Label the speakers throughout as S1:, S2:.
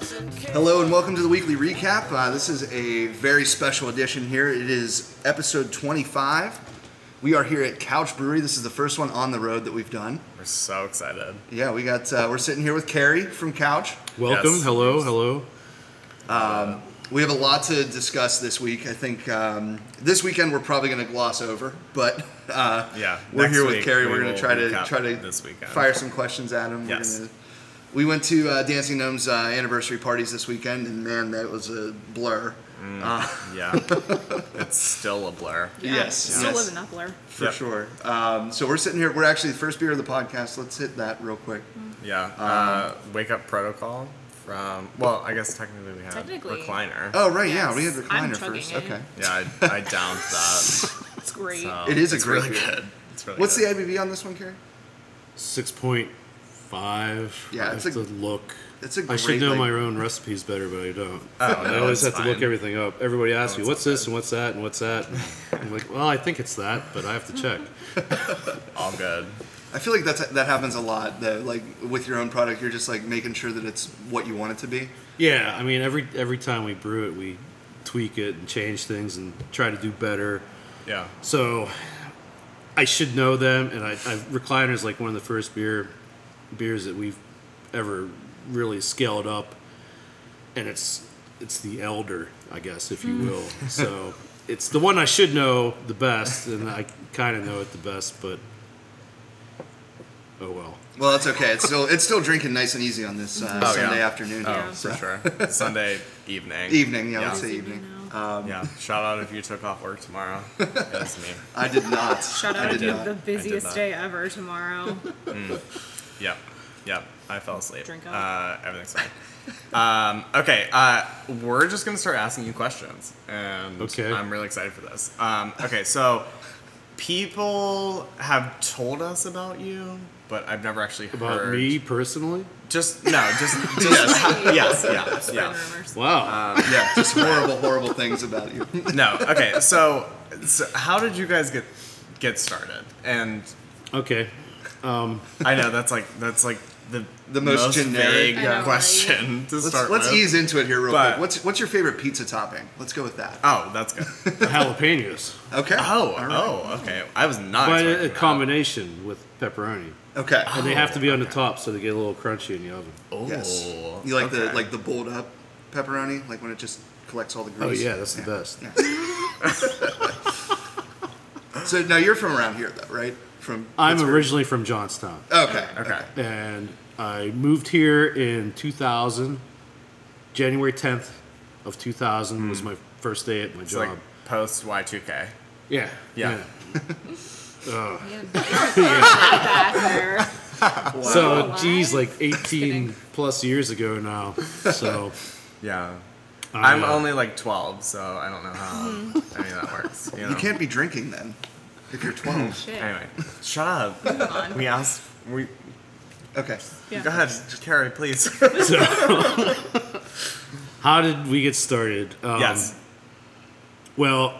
S1: Hello and welcome to the weekly recap. Uh, this is a very special edition here. It is episode 25. We are here at Couch Brewery. This is the first one on the road that we've done.
S2: We're so excited.
S1: Yeah, we got. Uh, we're sitting here with Carrie from Couch.
S3: Welcome.
S2: Yes.
S3: Hello. Hello.
S1: We have a lot to discuss this week. I think um, this weekend we're probably going to gloss over, but uh,
S2: Yeah,
S1: we're
S2: next
S1: here with
S2: week
S1: Carrie.
S2: we
S1: We're going
S2: will
S1: to try to
S2: recap
S1: try to
S2: this weekend.
S1: fire some questions at him. We're
S2: Yes.
S1: gonna- we went to uh, Dancing Gnome's uh, anniversary parties this weekend, and man, that was a blur.
S2: Mm. Yeah. it's still a blur.
S1: Yes,
S4: Still
S1: yes.
S4: live in that blur.
S1: for
S2: Yep.
S1: sure. Um, so we're sitting here. We're actually the first beer of the podcast. Let's hit that real quick.
S4: Mm.
S2: Yeah. Uh,
S3: Um,
S2: wake up protocol from, Um, well, I guess technically we had
S4: Technically.
S2: recliner.
S1: Oh right, yeah,
S4: Yes.
S1: we had the
S4: I'm
S1: recliner
S4: chugging
S1: first.
S4: it.
S1: Okay,
S2: Yeah, I, I downed that.
S4: It's great.
S2: So
S1: It is a
S2: it's
S1: great
S2: really
S1: beer.
S2: good. It's really
S1: what's the
S2: good.
S1: IBV on this one, Carrie?
S3: Six point five.
S1: Yeah,
S3: I
S1: it's
S3: have
S1: a-
S3: to look.
S1: it's a
S3: I
S1: great,
S3: should know
S1: like-
S3: my own recipes better, but I don't.
S2: Oh,
S3: I
S2: no,
S3: always have
S2: it's
S3: to look
S2: fine.
S3: everything up. Everybody asks me,
S2: No, it's
S3: "What's
S2: all
S3: this
S2: good.
S3: and what's that and what's that?" And I'm like, "Well, I think it's that, but I have to check."
S2: All good.
S1: I feel like that's that happens a lot. That like with your own product, you're just like making sure that it's what you want it to be.
S3: yeah, I mean, every every time we brew it, we tweak it and change things and try to do better.
S2: Yeah.
S3: So I should know them, and I, I recliner is like one of the first beer beers that we've ever really scaled up, and it's it's the elder, I guess, if you will. so it's the one I should know the best, and I kind of know it the best, but oh well.
S1: Well, that's okay. It's still it's still drinking nice and easy on this uh,
S2: Oh,
S1: Sunday
S2: yeah.
S1: afternoon.
S2: Oh,
S4: Yeah.
S2: for sure. Sunday evening.
S1: Evening, yeah, let's
S2: Yeah.
S1: say
S4: Evening
S1: evening. Uh,
S2: Yeah. Shout out if you took off work tomorrow. It was me.
S1: I did not.
S4: Shout
S1: I
S4: out
S1: did
S4: to
S1: not.
S4: the busiest
S2: not.
S4: day ever tomorrow.
S2: Yep. Yep. I fell asleep.
S4: Drink up.
S2: Uh, everything's fine. um, okay. Uh, we're just gonna start asking you questions, and
S3: Okay.
S2: I'm really excited for this. Um, okay, so people have told us about you, but I've never actually heard
S3: About me personally,
S2: Just no, just just
S4: Yes.
S2: yes, yes,
S4: Spread
S2: yeah. Um,
S4: rumors.
S3: wow.
S1: yeah, just horrible, horrible things about you.
S2: No. Okay. So, so how did you guys get get started? And Uh,
S3: okay,
S2: I know that's like that's like the
S1: The most generic-
S2: vague
S4: I know, right?
S2: question to
S1: Let's,
S2: start
S1: let's
S2: with.
S1: ease into it here real
S2: But-
S1: quick. What's what's your favorite pizza topping? Let's go with that.
S2: Oh, that's good.
S3: jalapenos,
S1: Okay.
S2: Oh,
S1: All right.
S2: oh, okay. I was not.
S3: but
S2: expecting
S3: a, a
S2: that.
S3: combination with pepperoni,
S1: Okay.
S3: and they have to be on the top so they get a little crunchy in the oven.
S2: Oh,
S1: Yes. You like the
S2: okay.
S1: like the bold up pepperoni, like when it just collects all the
S3: Oh
S1: grease.
S3: yeah, that's the best.
S1: So now you're from around here though, right? From
S3: I'm
S1: Pittsburgh.
S3: originally from Johnstown,
S1: Okay.
S2: Okay.
S3: and I moved here in 2000. January 10th of 2000 was my first day at my
S2: It's
S3: job.
S2: like post Y two K.
S3: yeah,
S2: Yeah.
S4: Back there.
S1: Wow.
S3: So,
S4: Wow.
S3: geez, like
S4: kidding.
S3: 18 plus years ago now. So,
S2: Yeah. I'm
S3: uh,
S2: only like 12, so I don't know how any of that works. You, know?
S1: you can't be drinking then if you're 12.
S4: Shit.
S2: Anyway, shut up.
S4: Come on.
S2: We asked. We
S3: Mm.
S1: okay.
S4: Yeah.
S2: go ahead, Carrie, please.
S3: how did we get started? Um,
S2: yes.
S3: Well,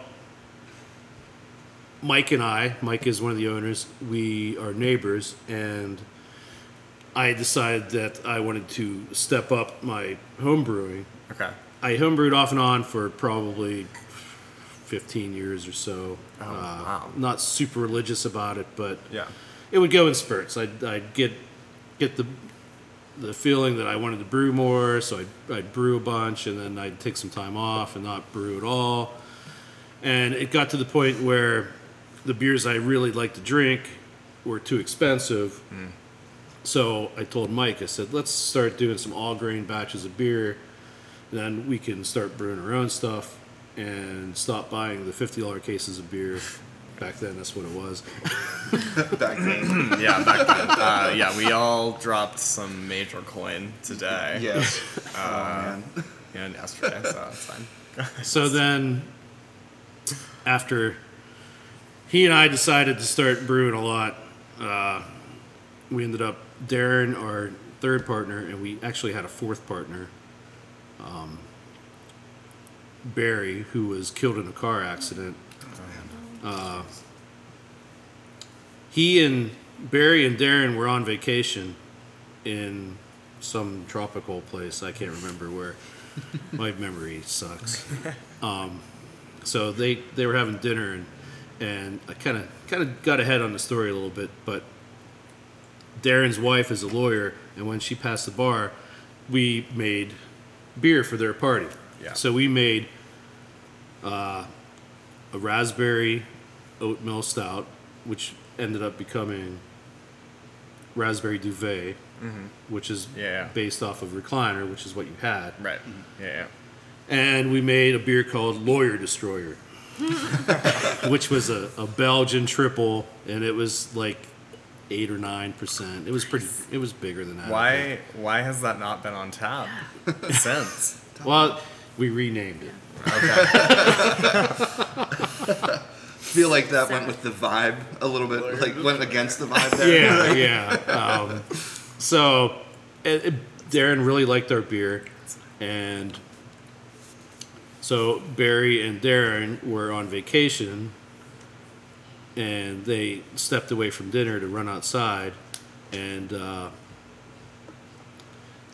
S3: Mike and I, Mike is one of the owners, we are neighbors, and I decided that I wanted to step up my home brewing.
S2: Okay.
S3: I homebrewed off and on for probably 15 years or so. Uh,
S2: Oh, wow.
S3: Not super religious about it, but
S2: Yeah.
S3: it would go in spurts. I'd, I'd get get the the feeling that I wanted to brew more, so I'd, I'd brew a bunch, and then I'd take some time off and not brew at all. And it got to the point where the beers I really liked to drink were too expensive. So I told Mike, I said, let's start doing some all grain batches of beer. Then we can start brewing our own stuff and stop buying the $50 cases of beer. Back then, that's what it was.
S1: Back then.
S2: Yeah. Back then. Uh, yeah. We all dropped some major coin today
S1: yes. oh, man.
S2: and yesterday, so it's fine.
S3: So then, after he and I decided to start brewing a lot, uh, we ended up Darren, our third partner, and we actually had a fourth partner, um, Barry, who was killed in a car accident. Uh, he and Barry and Darren were on vacation in some tropical place. I can't remember where My memory sucks. Um, so they they were having dinner and and I kind of kind of got ahead on the story a little bit, but Darren's wife is a lawyer, and when she passed the bar, we made beer for their party.
S2: Yeah.
S3: So we made uh, a raspberry oatmeal stout, which ended up becoming raspberry duvet, which is
S2: Mm-hmm. Yeah.
S3: based off of recliner, which is what you had.
S2: Right. Yeah.
S3: And we made a beer called Lawyer Destroyer, which was a, a Belgian triple, and it was like eight or nine percent. It was pretty. It was bigger than that. I
S2: yeah. Why
S3: think.
S2: why has that not been on tap since?
S3: Well, we renamed it.
S2: Okay.
S1: feel like that went with the vibe a little bit, like went against the vibe there.
S3: Yeah, yeah. Um, so, it, it- Darren really liked our beer, and so Barry and Darren were on vacation, and they stepped away from dinner to run outside, and uh,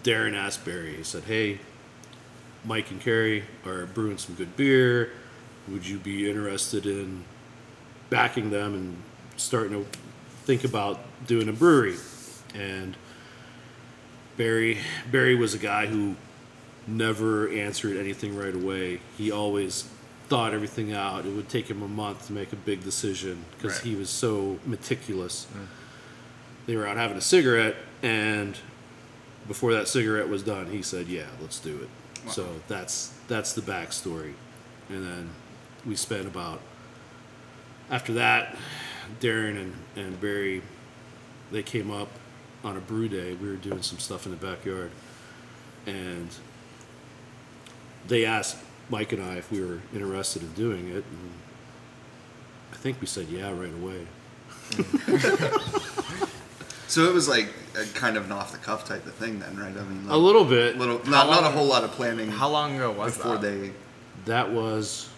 S3: Darren asked Barry. He said, "Hey, Mike and Carrie are brewing some good beer. Would you be interested in backing them and starting to think about doing a brewery?" And Barry Barry was a guy who never answered anything right away. He always thought everything out. It would take him a month to make a big decision because
S2: Right.
S3: he was so meticulous. They were out having a cigarette and before that cigarette was done, he said, "Yeah, let's do it." So that's that's the backstory, and then we spent about after that, Darren and, and Barry, they came up on a brew day. We were doing some stuff in the backyard, and they asked Mike and I if we were interested in doing it, and I think we said yeah right away.
S1: So it was like a kind of an off the cuff type of thing then, right? I mean,
S3: A little bit.
S1: little, not, not a whole lot of planning
S2: How long ago was
S1: before
S2: that?
S1: they.
S3: That was,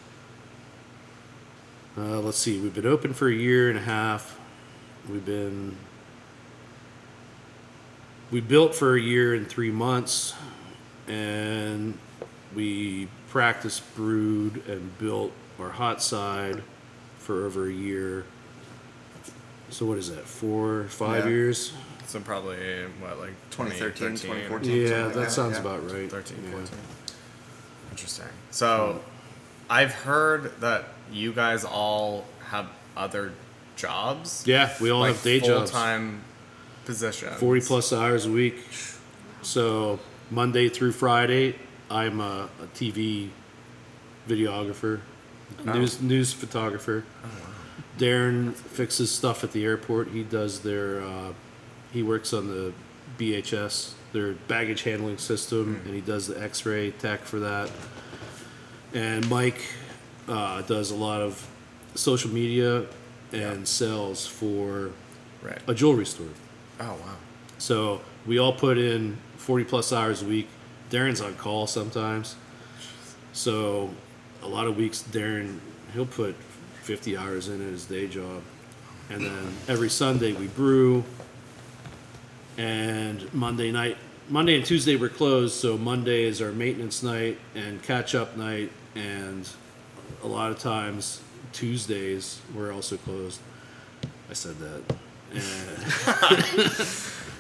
S3: uh, let's see, we've been open for a year and a half. We've been, we built for a year and three months, and we practiced, brewed, and built our hot side for over a year. So what is that? Four, five
S1: Yeah.
S3: years?
S2: So probably what like
S1: 2013,
S2: 2014.
S1: 2014. Something
S3: Yeah,
S1: like
S3: that
S1: that,
S3: sounds
S1: yeah.
S3: about right.
S2: 13,
S3: Yeah.
S2: 14. Interesting. So I've heard that you guys all have other jobs.
S3: Yeah, we all have day jobs.
S2: Full-time position.
S3: 40 plus hours a week. So Monday through Friday, I'm a, a TV videographer, news news photographer. Darren fixes stuff at the airport. He does their uh, he works on the BHS, their baggage handling system, and he does the X-ray tech for that. And Mike uh, does a lot of social media and sells for
S2: Right.
S3: a jewelry store.
S2: Oh wow.
S3: So we all put in 40 plus hours a week. Darren's on call sometimes. So a lot of weeks, Darren, he'll put 50 hours in at his day job. And then every Sunday we brew. And Monday night, Monday and Tuesday we're closed. So Monday is our maintenance night and catch up night. And a lot of times Tuesdays we're also closed. I said that. And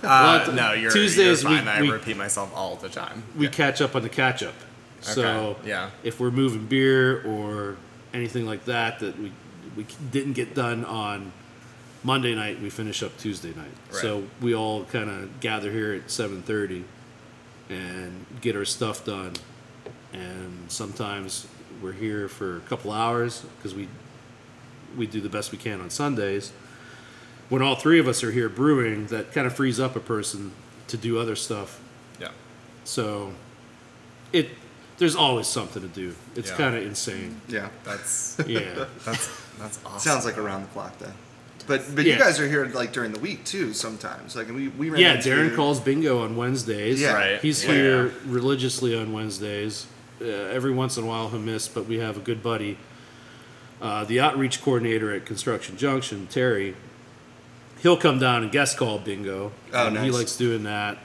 S2: Uh,
S3: th-
S2: no, you're
S3: Tuesdays
S2: You're
S3: we-
S2: fine. I
S3: we-
S2: repeat myself all the time.
S3: we catch up on the catch up. So
S2: Okay, yeah.
S3: if we're moving beer or anything like that that we we didn't get done on Monday night, we finish up Tuesday night. So
S2: Right.
S3: we all kind of gather here at seven thirty and get our stuff done. And sometimes we're here for a couple hours because we we do the best we can on Sundays. When all three of us are here brewing, that kind of frees up a person to do other stuff
S2: Yeah.
S3: so it there's always something to do. It's
S2: Yeah.
S3: kind of insane.
S1: Yeah.
S2: That's
S3: Yeah.
S2: that's that's awesome.
S1: Sounds like around the clock then. But but
S3: Yeah.
S1: you guys are here like during the week too sometimes. Like we we ran
S3: yeah,
S1: into-
S3: Darren calls bingo on Wednesdays.
S1: Yeah.
S2: Right.
S3: He's
S2: Yeah.
S3: here religiously on Wednesdays. Uh, every once in a while he'll miss, but we have a good buddy. Uh, the outreach coordinator at Construction Junction, Terry, he'll come down and guest call bingo.
S1: Oh,
S3: And He
S1: nice.
S3: likes doing that.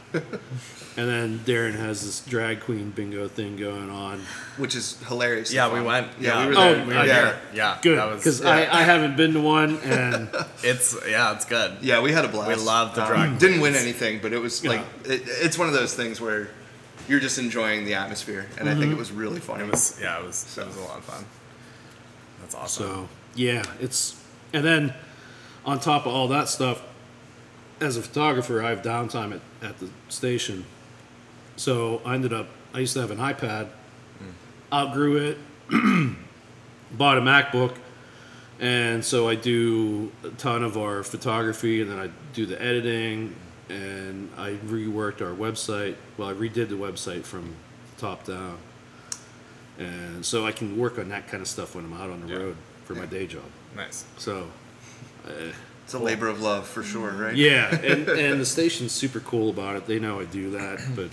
S3: and then Darren has this drag queen bingo thing going on.
S1: which is hilarious.
S2: Yeah, we went.
S1: Yeah, we were
S3: Oh,
S1: there.
S2: We were
S1: yeah.
S2: there. Yeah, that
S3: Good,
S2: was-
S3: because
S2: yeah.
S3: I, I haven't been to one, and
S2: it's yeah, it's good.
S1: Yeah, we had a blast. Um,
S2: We loved the drag
S1: Didn't win anything, but it was
S3: Yeah.
S1: like it, it's one of those things where you're just enjoying the atmosphere, and I think it was really funny.
S2: It was yeah, it was it was a lot of fun. That's awesome.
S3: so yeah, it's and then on top of all that stuff, as a photographer, I have downtime at, at the station, so I ended up I used to have an iPad, outgrew it, bought a MacBook, and so I do a ton of our photography, and then I do the editing, and I reworked our website. Well, I redid the website from top down. And so I can work on that kind of stuff when I'm out on the
S2: Yeah.
S3: road for my day job.
S2: nice.
S3: So
S1: It's a labor of love for sure, right?
S3: yeah, and, and the station's super cool about it. They know I do that, but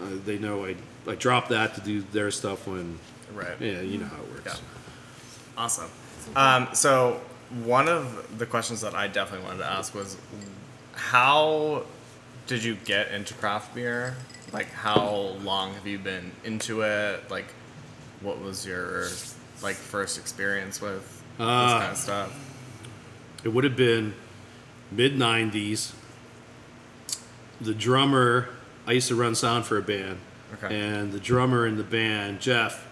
S3: uh, they know I I drop that to do their stuff when
S2: Right.
S3: yeah you know how it works.
S2: Yeah. Awesome. Um, so one of the questions that I definitely wanted to ask was, how did you get into craft beer? Like, how long have you been into it? Like, what was your like first experience with this
S3: Ah.
S2: kind of stuff?
S3: It would have been mid '90s. The drummer I used to run sound for a band,
S2: Okay.
S3: and the drummer in the band Jeff.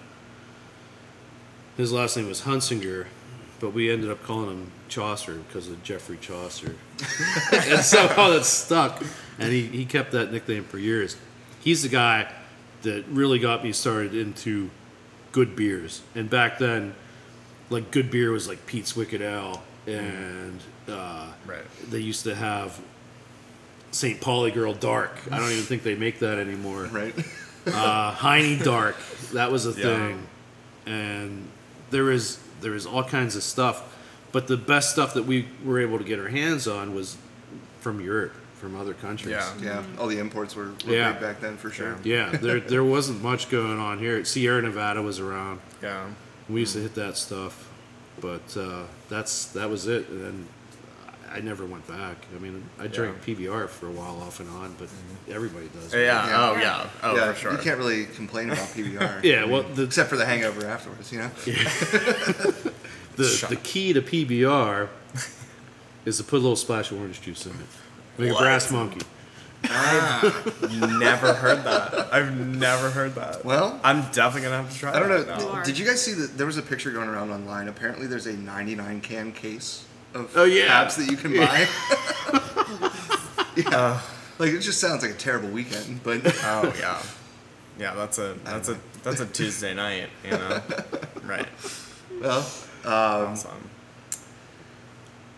S3: His last name was Hunsinger, but we ended up calling him Chaucer because of Jeffrey Chaucer. and somehow that stuck. And he, he kept that nickname for years. He's the guy that really got me started into good beers. And back then, like good beer was like Pete's Wicked Ale, and uh,
S2: Right.
S3: they used to have St. Pauli Girl Dark. I don't even think they make that anymore
S1: Right.
S3: uh, Heine Dark. That was a
S2: Yeah.
S3: thing, and there is there is all kinds of stuff, but the best stuff that we were able to get our hands on was from Europe, from other countries.
S2: Yeah.
S1: Yeah, all the imports were, were
S3: Yeah.
S1: big back then for sure.
S3: Yeah, there there wasn't much going on here. Sierra Nevada was around.
S2: Yeah.
S3: We used to hit that stuff, but uh, that's that was it. And then I never went back. I mean, I drank PBR for a while off and on, but everybody does.
S2: Mm-hmm. Yeah.
S1: Yeah.
S2: Oh yeah. Oh
S1: yeah,
S2: for sure.
S1: you can't really complain about PBR.
S3: Yeah, well, the
S1: Except for the hangover afterwards, you know.
S3: the,
S2: Shut
S3: the key to PBR is to put a little splash of orange juice in it. Like
S2: What?
S3: a brass monkey.
S2: never heard that. I've never heard that.
S1: Well-
S2: I'm definitely gonna have to try.
S1: I don't
S2: that
S1: know.
S2: now.
S1: d- Did you guys see that there was a picture going around online? Apparently, there's a 99 can case of
S3: Oh, yeah.
S1: apps that you can buy. yeah. like it just sounds like a terrible weekend, but
S2: Oh yeah, yeah. That's a that's a that's a Tuesday night. You know, right?
S1: well,
S2: Awesome.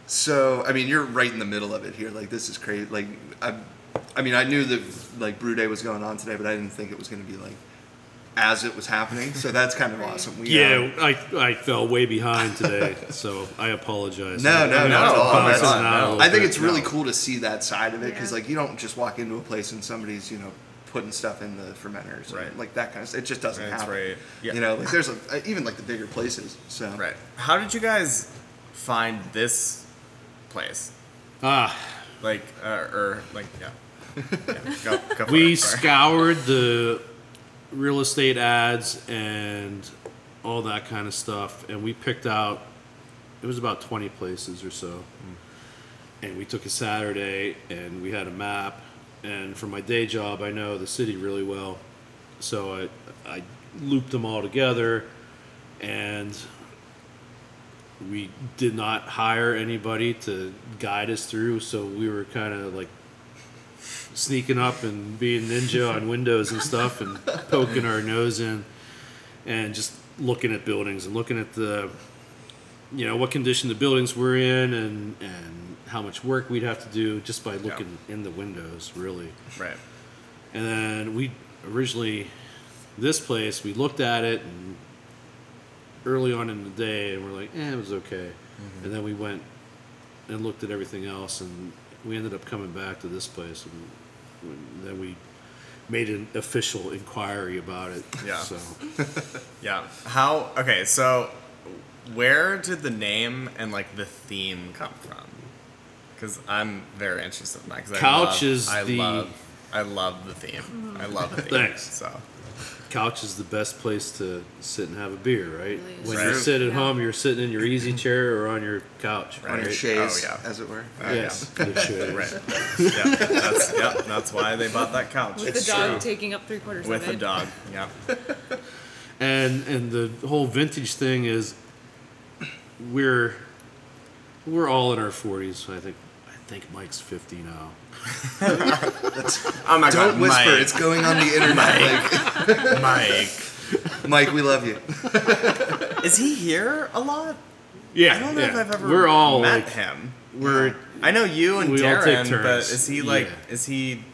S1: So I mean, you're right in the middle of it here. Like this is crazy. Like I, I mean, I knew that like Brew Day was going on today, but I didn't think it was going to be like as it was happening. So that's kind of awesome. We, uh,
S3: Yeah, I, I fell way behind today, so I apologize.
S1: no,
S3: I'm
S1: no,
S3: gonna
S1: no, at all. That's
S3: bounce in and out a
S1: fine.
S3: little
S1: I think
S3: bit.
S1: it's really cool to see that side of it because
S4: Yeah.
S1: like you don't just walk into a place and somebody's you know putting stuff in the fermenters,
S2: Right.
S1: Like that kind of. stuff. It just doesn't
S2: That's
S1: happen.
S2: right. Yeah.
S1: You know, like there's a, even like the bigger places. So
S2: Right. How did you guys find this place?
S3: Ah,
S2: Like, uh, or like, yeah. yeah go, go for
S3: we
S2: it, sorry.
S3: scoured the real estate ads and all that kind of stuff, and we picked out it was about 20 places or so. And we took a Saturday and we had a map. And for my day job, I know the city really well. So I, I looped them all together and we did not hire anybody to guide us through. So we were kind of like sneaking up and being ninja on windows and stuff and poking our nose in and just looking at buildings and looking at the you know what condition the buildings were in and and how much work we'd have to do just by looking in the windows really
S2: Right.
S3: and then we originally this place we looked at it and early on in the day and we're like eh, it was okay
S2: Mm-hmm.
S3: and then we went and looked at everything else and we ended up coming back to this place and when- then we made an official inquiry about it
S2: Yeah.
S3: so
S2: Yeah. How? Okay. So, where did the name and like the theme come from? because I'm very interested in that. 'cause I
S3: Couch
S2: love-
S3: is
S2: I
S3: the-
S2: Love, I love the theme. I love the theme.
S3: Thanks.
S2: So
S3: couch is the best place to sit and have a beer, right?
S4: Really is.
S3: When
S2: Right.
S3: you sit at
S4: Yeah.
S3: home, you're sitting in your easy chair or on your couch,
S1: on
S3: right?
S1: your
S2: Right.
S1: chaise,
S2: Oh, yeah.
S1: as it were.
S2: yeah.
S3: Yes, your chaise.
S2: right. yeah, that's yep. That's why they bought that couch
S4: With the dog taking up three quarters
S2: with
S4: of it.
S2: a dog. Yeah.
S3: and and the whole vintage thing is we're we're all in our 40s i think i think mike's 50 now
S2: Oh my
S1: Don't
S2: god,
S1: whisper.
S2: Mike.
S1: It's going on the internet. Like,
S2: Mike.
S1: Mike, we love you.
S2: Is he here a lot?
S3: yeah
S2: I don't know if I've ever
S3: we're all
S2: met
S3: like
S2: him.
S3: we're
S2: I know you and
S3: We all take
S2: Darren, but
S3: turns.
S2: is he like
S3: Yeah.
S2: is he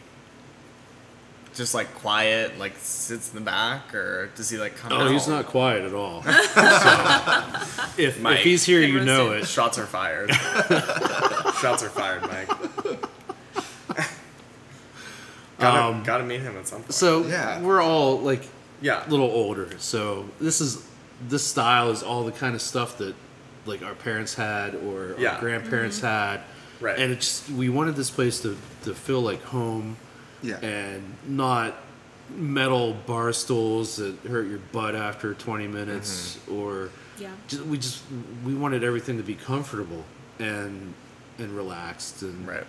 S2: just like quiet, like sits in the back, or does he like come
S3: oh
S2: out?
S3: he's not quiet at all so if,
S2: Mike.
S3: if he's here
S4: Get
S3: you know
S4: roasted.
S3: it
S2: Shots are fired. Shots are fired, Mike.
S3: Um,
S2: gotta, gotta meet him at some point.
S3: so
S1: Yeah.
S3: we're all like
S2: yeah.
S3: a little older so this is this style is all the kind of stuff that like our parents had or
S2: Yeah.
S3: our grandparents
S2: Mm-hmm.
S3: had
S2: Right.
S3: and it's just we wanted this place to, to feel like home
S1: Yeah.
S3: and not metal bar stools that hurt your butt after 20 minutes
S1: Mm-hmm.
S3: or
S4: Yeah.
S3: ju- we just we wanted everything to be comfortable and and relaxed and
S2: Right.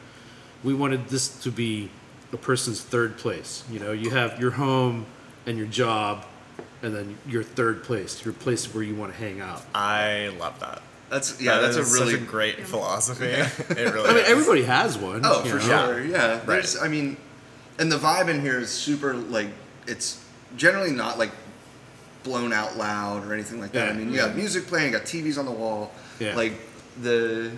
S3: we wanted this to be a person's third place you know you have your home and your job and then your third place your place where you want to hang out
S2: I love that.
S1: That's yeah.
S2: That
S1: that's
S2: is
S1: a really
S2: such a great philosophy. It really
S3: i mean
S2: is.
S3: everybody has one
S1: Oh,
S3: you
S1: for
S3: know?
S1: sure. Yeah. There's, I mean, and the vibe in here is super, like, it's generally not, like, blown out loud or anything like that. I
S3: Yeah.
S1: mean, you got music playing, you got TVs on the wall.
S3: Yeah.
S1: Like, the,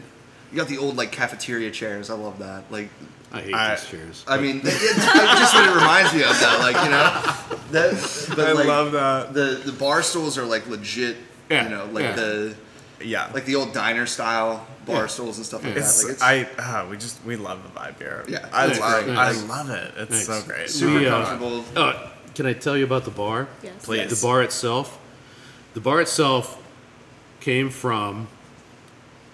S1: you got the old, like, cafeteria chairs. I love that. Like,
S3: i hate
S2: I-
S3: these chairs
S1: I mean, it's, it's just what it reminds me of that, like, you know? That, but,
S2: I
S1: like,
S2: love that.
S1: The, the bar stools are, like, legit,
S3: Yeah,
S1: you know, like
S3: yeah.
S1: the,
S2: Yeah.
S1: like the old diner style bar
S3: Yeah.
S1: stools and stuff like
S2: It's,
S1: that. Like, it's,
S2: I uh, we just we love the vibe here.
S1: Yeah,
S2: I
S1: it's
S2: love
S1: great.
S2: I
S1: Thanks.
S2: love it. It's so
S3: Thanks.
S2: great.
S1: super
S3: we, uh,
S1: comfortable.
S3: oh can i tell you about the bar
S4: Yes.
S2: Please.
S3: the bar itself the bar itself came from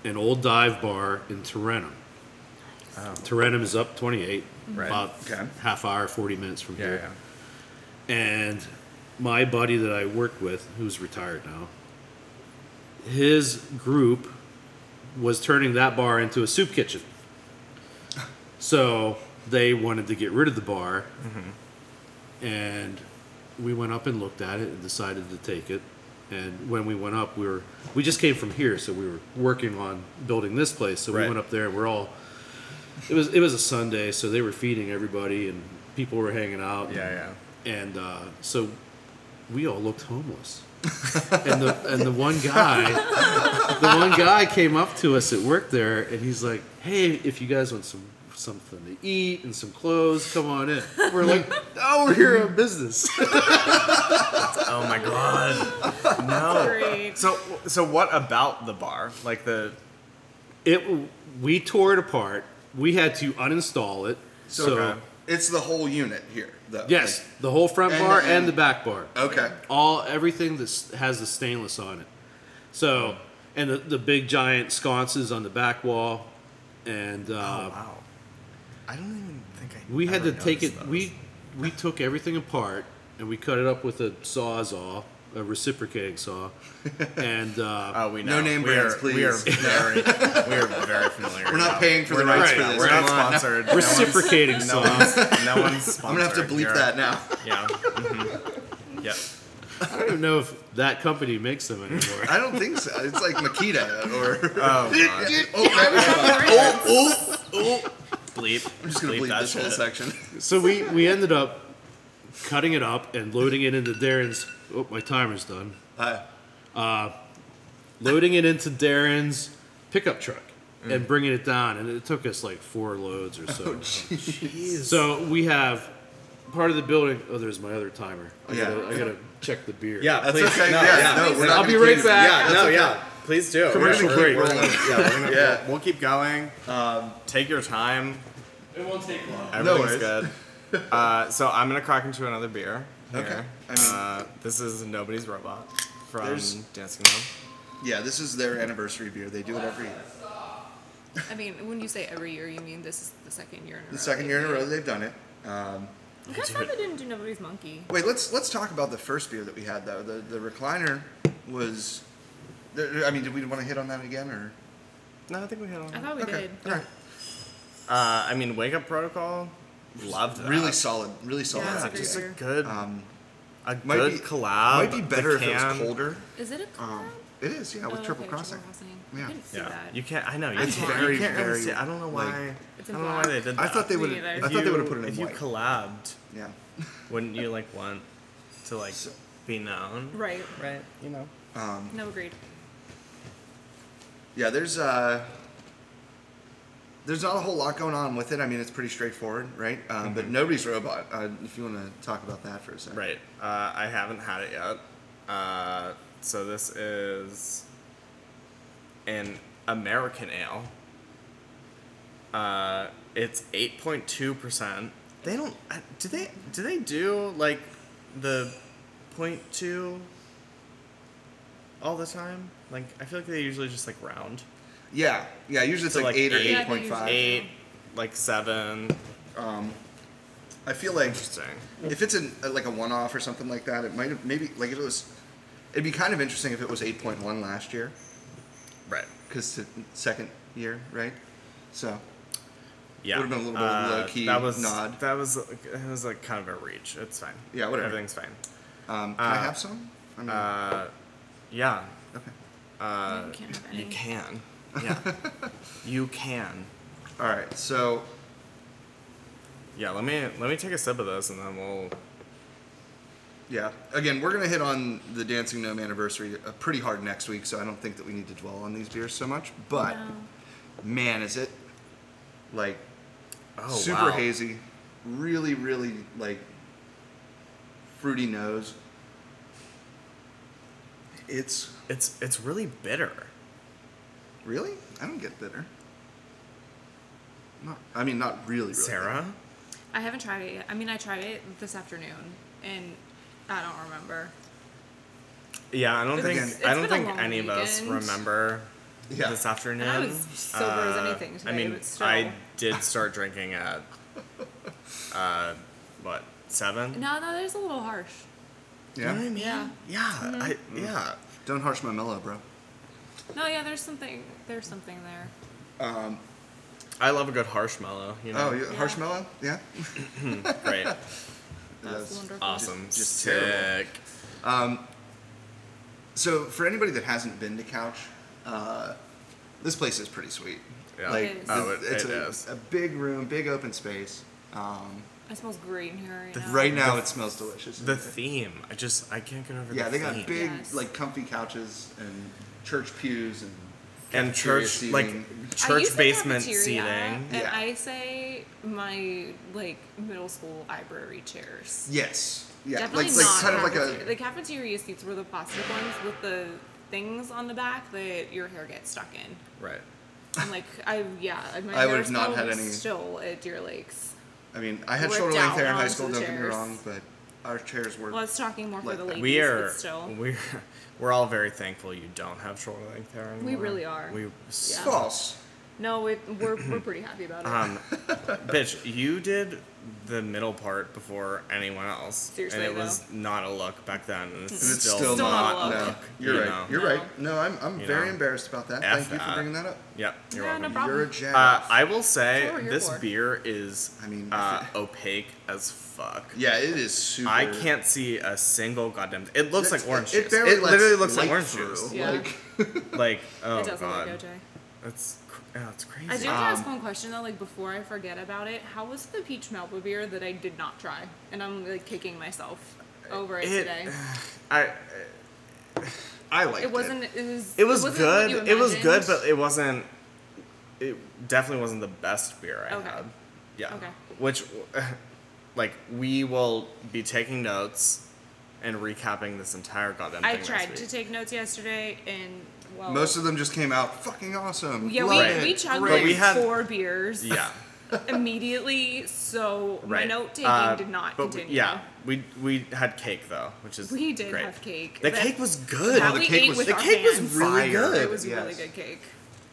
S3: an old dive bar in Tarentum. Tarentum is up 28
S2: Right.
S3: about
S1: Okay.
S3: half hour 40 minutes from
S2: Yeah,
S3: here
S2: yeah.
S3: and my buddy that I worked with, who's retired now, his group was turning that bar into a soup kitchen. So they wanted to get rid of the bar,
S2: Mm-hmm.
S3: and we went up and looked at it and decided to take it. And when we went up, we were we just came from here, so we were working on building this place. So
S2: Right.
S3: we went up there, and we're all. It was it was a Sunday, so they were feeding everybody, and people were hanging out. and
S2: Yeah, yeah.
S3: and uh, so we all looked homeless. and the and the one guy, the one guy came up to us at work there, and he's like, "Hey, if you guys want some something to eat and some clothes, come on in." We're like, "No, we're here on business."
S2: Oh my god.
S1: Oh.
S2: No.
S4: Great.
S2: So so what about the bar? Like the
S3: It we tore it apart. We had to uninstall it. So,
S2: Okay.
S1: It's the whole unit here, though.
S3: yes, the whole front
S1: And-
S3: bar
S1: and-
S3: and the back bar.
S1: Like, okay.
S3: all everything that s- has the stainless on it.
S2: Hmm.
S3: So, and the, the big giant sconces on the back wall, and uh,
S2: Oh wow. I don't even think I
S3: we had
S2: ever
S3: to take it.
S2: noticed those.
S3: We we took everything apart and we cut it up with a sawzall, a reciprocating saw, and uh,
S2: Oh, we know.
S1: No name
S2: we
S1: brands,
S2: are, We are
S1: please.
S2: very, we are very familiar.
S1: We're not
S2: now.
S1: paying for
S2: We're
S1: the
S2: not-
S1: rights
S3: for
S2: right,
S1: this.
S2: We're
S1: Come
S2: not
S1: on.
S2: sponsored. No one's-
S3: reciprocating
S2: No
S3: saw.
S2: one's, no one's sponsored.
S1: I'm gonna have to bleep
S2: You're-
S1: that now.
S2: Yeah. mhm. Yep.
S3: I don't even know if that company makes them anymore.
S1: I don't think so. It's like Makita or.
S2: Oh, God.
S1: oh, that was-
S2: oh, oh. Bleep.
S1: I'm just gonna bleep,
S2: that
S1: this whole
S2: shit.
S1: section.
S3: so we we ended up cutting it up and loading it into Darren's. Oh, my timer's done.
S1: Hi.
S3: loading it into Darren's pickup truck
S2: Mm.
S3: and bringing it down, and it took us like four loads
S2: Oh,
S3: or so. so we have part of the building. Oh, there's my other timer. I
S1: Yeah.
S3: gotta, I gotta check the beer.
S2: Yeah,
S1: That's
S2: please.
S1: okay.
S2: No,
S1: yeah,
S2: yeah.
S1: no, we're not
S3: I'll
S1: gonna
S3: be right
S1: bleep it.
S3: back.
S1: Yeah,
S2: Yeah, no,
S1: that's okay.
S2: yeah. Please do.
S3: Commercial
S2: We're
S3: break.
S2: We're gonna, yeah, we're gonna,
S1: Yeah.
S2: We'll, we'll keep going. Um, take your time.
S3: It won't take long.
S2: Everything's
S1: worries.
S2: good. Uh, so I'm gonna crack into another beer. Here.
S1: Okay.
S2: Uh, this is nobody's robot from
S1: There's-
S2: Dancing Mom.
S1: Yeah, this is their anniversary beer. They do it every year.
S4: I mean, when you say every year, you mean this is the second year in a row.
S1: The second year in a row they've done it.
S4: I'm kind of glad they didn't do nobody's monkey.
S1: Wait, let's let's talk about the first beer that we had though. The the recliner was. there- I mean, did we want to hit on that again or?
S2: No, I think we had all.
S4: I
S2: Uh,
S4: thought we
S1: okay,
S4: did.
S1: all right.
S2: I mean, Wake Up Protocol. Loved that.
S1: Really solid, really solid.
S4: Yeah, it's a
S1: idea.
S4: great
S2: Just Uh, a
S4: beer.
S2: good,
S1: Um,
S2: a
S1: might
S2: good
S1: be
S2: collab.
S1: Might be
S2: the
S1: better if it was
S2: can-
S1: colder.
S4: Is it a collab?
S1: Um, it is, yeah, with
S4: Oh,
S1: triple
S4: okay,
S1: crossing. Yeah.
S4: I didn't see
S2: Yeah,
S4: that.
S2: you can't. I know you
S1: It's
S2: can't.
S1: very,
S2: you can't really
S1: very,
S2: see- I don't know why.
S1: like-
S4: It's
S2: I
S4: in
S2: don't know why
S4: black.
S2: they did that.
S1: I thought they
S4: Me
S1: would.
S4: neither.
S1: I
S4: If
S1: thought
S2: you-
S1: they would have put it in
S2: If
S1: white.
S2: you collabed,
S1: yeah.
S2: wouldn't you like want to like be known?
S4: Right.
S2: Right. You know.
S1: Um,
S4: No, agreed.
S1: Yeah, there's uh there's not a whole lot going on with it. I mean, it's pretty straightforward, right? Um, But nobody's robot. Uh, if you want to talk about that for a second,
S2: Right. Uh, I haven't had it yet. Uh, so this is an American ale. Uh, it's eight point two percent. They don't. I- Do they? Do they do like the point two all the time? Like I feel like they usually just like round
S1: Yeah, yeah. Usually it's
S2: So,
S1: like,
S2: like,
S1: eight or
S2: eight-
S1: eight
S2: Yeah,
S1: point five.
S4: usually-
S2: eight, like seven.
S1: I feel like
S2: Interesting.
S1: if it's an, like a one-off or something like that, it might have maybe like if it was. It'd be kind of interesting if it was eight point one last year,
S2: Right.
S1: because second year, right? So
S2: Yeah. Uh,
S1: Would've been a little bit of a low-key
S2: that was,
S1: nod.
S2: That was it was like kind of a reach. It's fine.
S1: Yeah, whatever.
S2: Everything's fine.
S1: um, can I
S2: Uh,
S1: have some? I mean,
S2: Uh, yeah.
S1: okay. Uh,
S4: you can't have any.
S2: You can. Yeah. you can.
S1: All right. So
S2: Yeah, let me let me take a sip of this and then we'll
S1: Yeah. Again, we're gonna hit on the Dancing Gnome anniversary uh, pretty hard next week, so I don't think that we need to dwell on these beers so much. But
S4: No.
S1: man, is it like
S2: oh,
S1: super
S2: wow.
S1: hazy, really, really like fruity nose. It's
S2: It's it's really bitter.
S1: really. I don't get bitter. Not. I mean, not really. really
S2: Sarah?
S4: I haven't tried it yet. I mean, I tried it this afternoon, and I don't remember.
S2: Yeah, I don't
S4: It's-
S2: think
S1: it's
S2: I
S4: been
S2: don't
S4: a
S2: think
S4: long
S2: any of us
S4: weekend.
S2: remember
S1: Yeah.
S2: this afternoon. Uh,
S4: And I was sober as anything
S2: I
S4: today,
S2: mean,
S4: but still.
S2: I did start drinking at uh what, seven?
S4: No, no, that is a little harsh.
S2: You know
S1: Yeah. Mm-hmm.
S2: what I mean?
S4: Yeah. Mm-hmm.
S2: Yeah. I, yeah.
S1: Don't harsh my mellow, bro.
S4: No, yeah, there's something. There's something there.
S2: I love a good harsh mellow, you know.
S1: Oh, you, harsh mellow. Yeah.
S2: Great.
S4: That's
S1: That's-
S4: wonderful.
S2: Awesome.
S1: Just- just
S2: Sick.
S1: terrible. So for anybody that hasn't been to Couch, uh, this place is pretty sweet.
S2: Yeah.
S1: Like
S4: It is.
S2: Oh,
S1: it's-
S2: it-
S1: it's
S2: it
S1: a,
S2: is.
S1: a big room, big open space. Um,
S4: It smells great in here right now.
S1: right now, it smells delicious.
S2: The theme. I just I can't get over.
S1: yeah,
S2: the
S1: they
S2: theme.
S1: got big,
S4: Yes.
S1: like comfy couches and church pews and
S2: and
S1: cafeteria
S2: church
S1: seating.
S2: like
S4: I used
S2: church
S4: to
S2: basement
S4: cafeteria,
S2: seating.
S4: And
S1: Yeah.
S4: I say my like middle school library chairs.
S1: yes, yeah,
S4: Definitely
S1: like,
S4: not.
S1: like kind of like
S4: cafeteria.
S1: a
S4: the cafeteria seats were the plastic ones with the things on the back that your hair gets stuck in.
S2: Right.
S4: I'm like, I yeah, my
S1: I would
S4: hair
S1: have not had
S4: smells
S1: any-
S4: still at Deer Lakes.
S1: I mean, I had
S4: Ripped
S1: shoulder length
S4: out
S1: hair in high
S4: onto
S1: school.
S4: the
S1: Don't get me
S4: chairs.
S1: wrong, but our chairs were
S4: Well, it's talking more for
S1: Like
S4: the
S1: that.
S4: ladies,
S2: We
S4: but
S2: are
S4: still.
S2: we're we're all very thankful you don't have shoulder length hair anymore.
S4: really are.
S2: We
S4: Yeah.
S1: false.
S4: No, it, we're we're pretty happy about it.
S2: um, bitch, you did the middle part before anyone else,
S4: Seriously,
S2: and it
S4: though.
S2: was not a look back then, and it's,
S1: And it's
S2: still,
S1: still,
S4: Still
S1: not.
S4: not a
S1: no,
S4: look.
S1: you're
S2: You
S1: right.
S2: know.
S1: You're
S4: No.
S1: right. No, I'm I'm
S2: You
S1: very
S2: know.
S1: embarrassed about that.
S2: F
S1: Thank you for
S2: that.
S1: bringing that up.
S2: Yep. You're
S4: Yeah,
S2: welcome.
S4: no problem.
S1: You're a jag.
S2: Uh, I will
S4: That's
S2: say
S4: what we're here
S2: this
S4: for.
S2: beer is
S1: I mean,
S2: uh,
S1: if
S2: opaque as fuck.
S1: Yeah, it is super.
S2: I can't see a single goddamn. It looks
S1: It's-
S2: like orange
S1: it
S2: juice.
S1: barely
S2: It literally
S1: lets
S2: looks like
S1: light
S2: orange
S1: through.
S2: juice.
S4: Yeah.
S1: Like,
S2: Like oh
S4: it does
S2: god, Um,
S4: look like OJ.
S2: that's cr- yeah, that's crazy.
S4: I do have to ask one question though, like before I forget about it. How was the peach Malba beer that I did not try, and I'm like kicking myself over it,
S2: It-
S4: today?
S2: I
S1: I like
S4: It wasn't. It was.
S2: it was
S4: wasn't what you
S2: good. It was good,
S4: imagined.
S2: but it wasn't. It definitely wasn't the best beer I
S4: Okay.
S2: had. Yeah.
S4: Okay.
S2: Which, like, we will be taking notes and recapping this entire goddamn
S4: I
S2: thing.
S4: tried
S2: next
S4: to
S2: week.
S4: take notes yesterday, and well,
S1: Most of them just came out fucking awesome.
S4: yeah,
S1: Love
S4: we,
S1: it.
S4: we chugged
S1: Great.
S4: like
S2: we had-
S4: four beers
S2: Yeah.
S4: immediately, so my
S2: Right.
S4: note taking
S2: Uh,
S4: did not
S2: but we-
S4: continue.
S2: yeah, we we had cake though, which is
S4: We did
S2: great.
S4: have cake.
S2: The
S4: That-
S2: cake was good.
S4: that
S1: the
S4: we
S1: cake
S4: ate
S1: was-
S4: with
S1: the
S4: our
S2: cake was
S4: hands.
S2: really
S1: Fire.
S2: good.
S4: It was really
S1: Yes.
S4: good cake.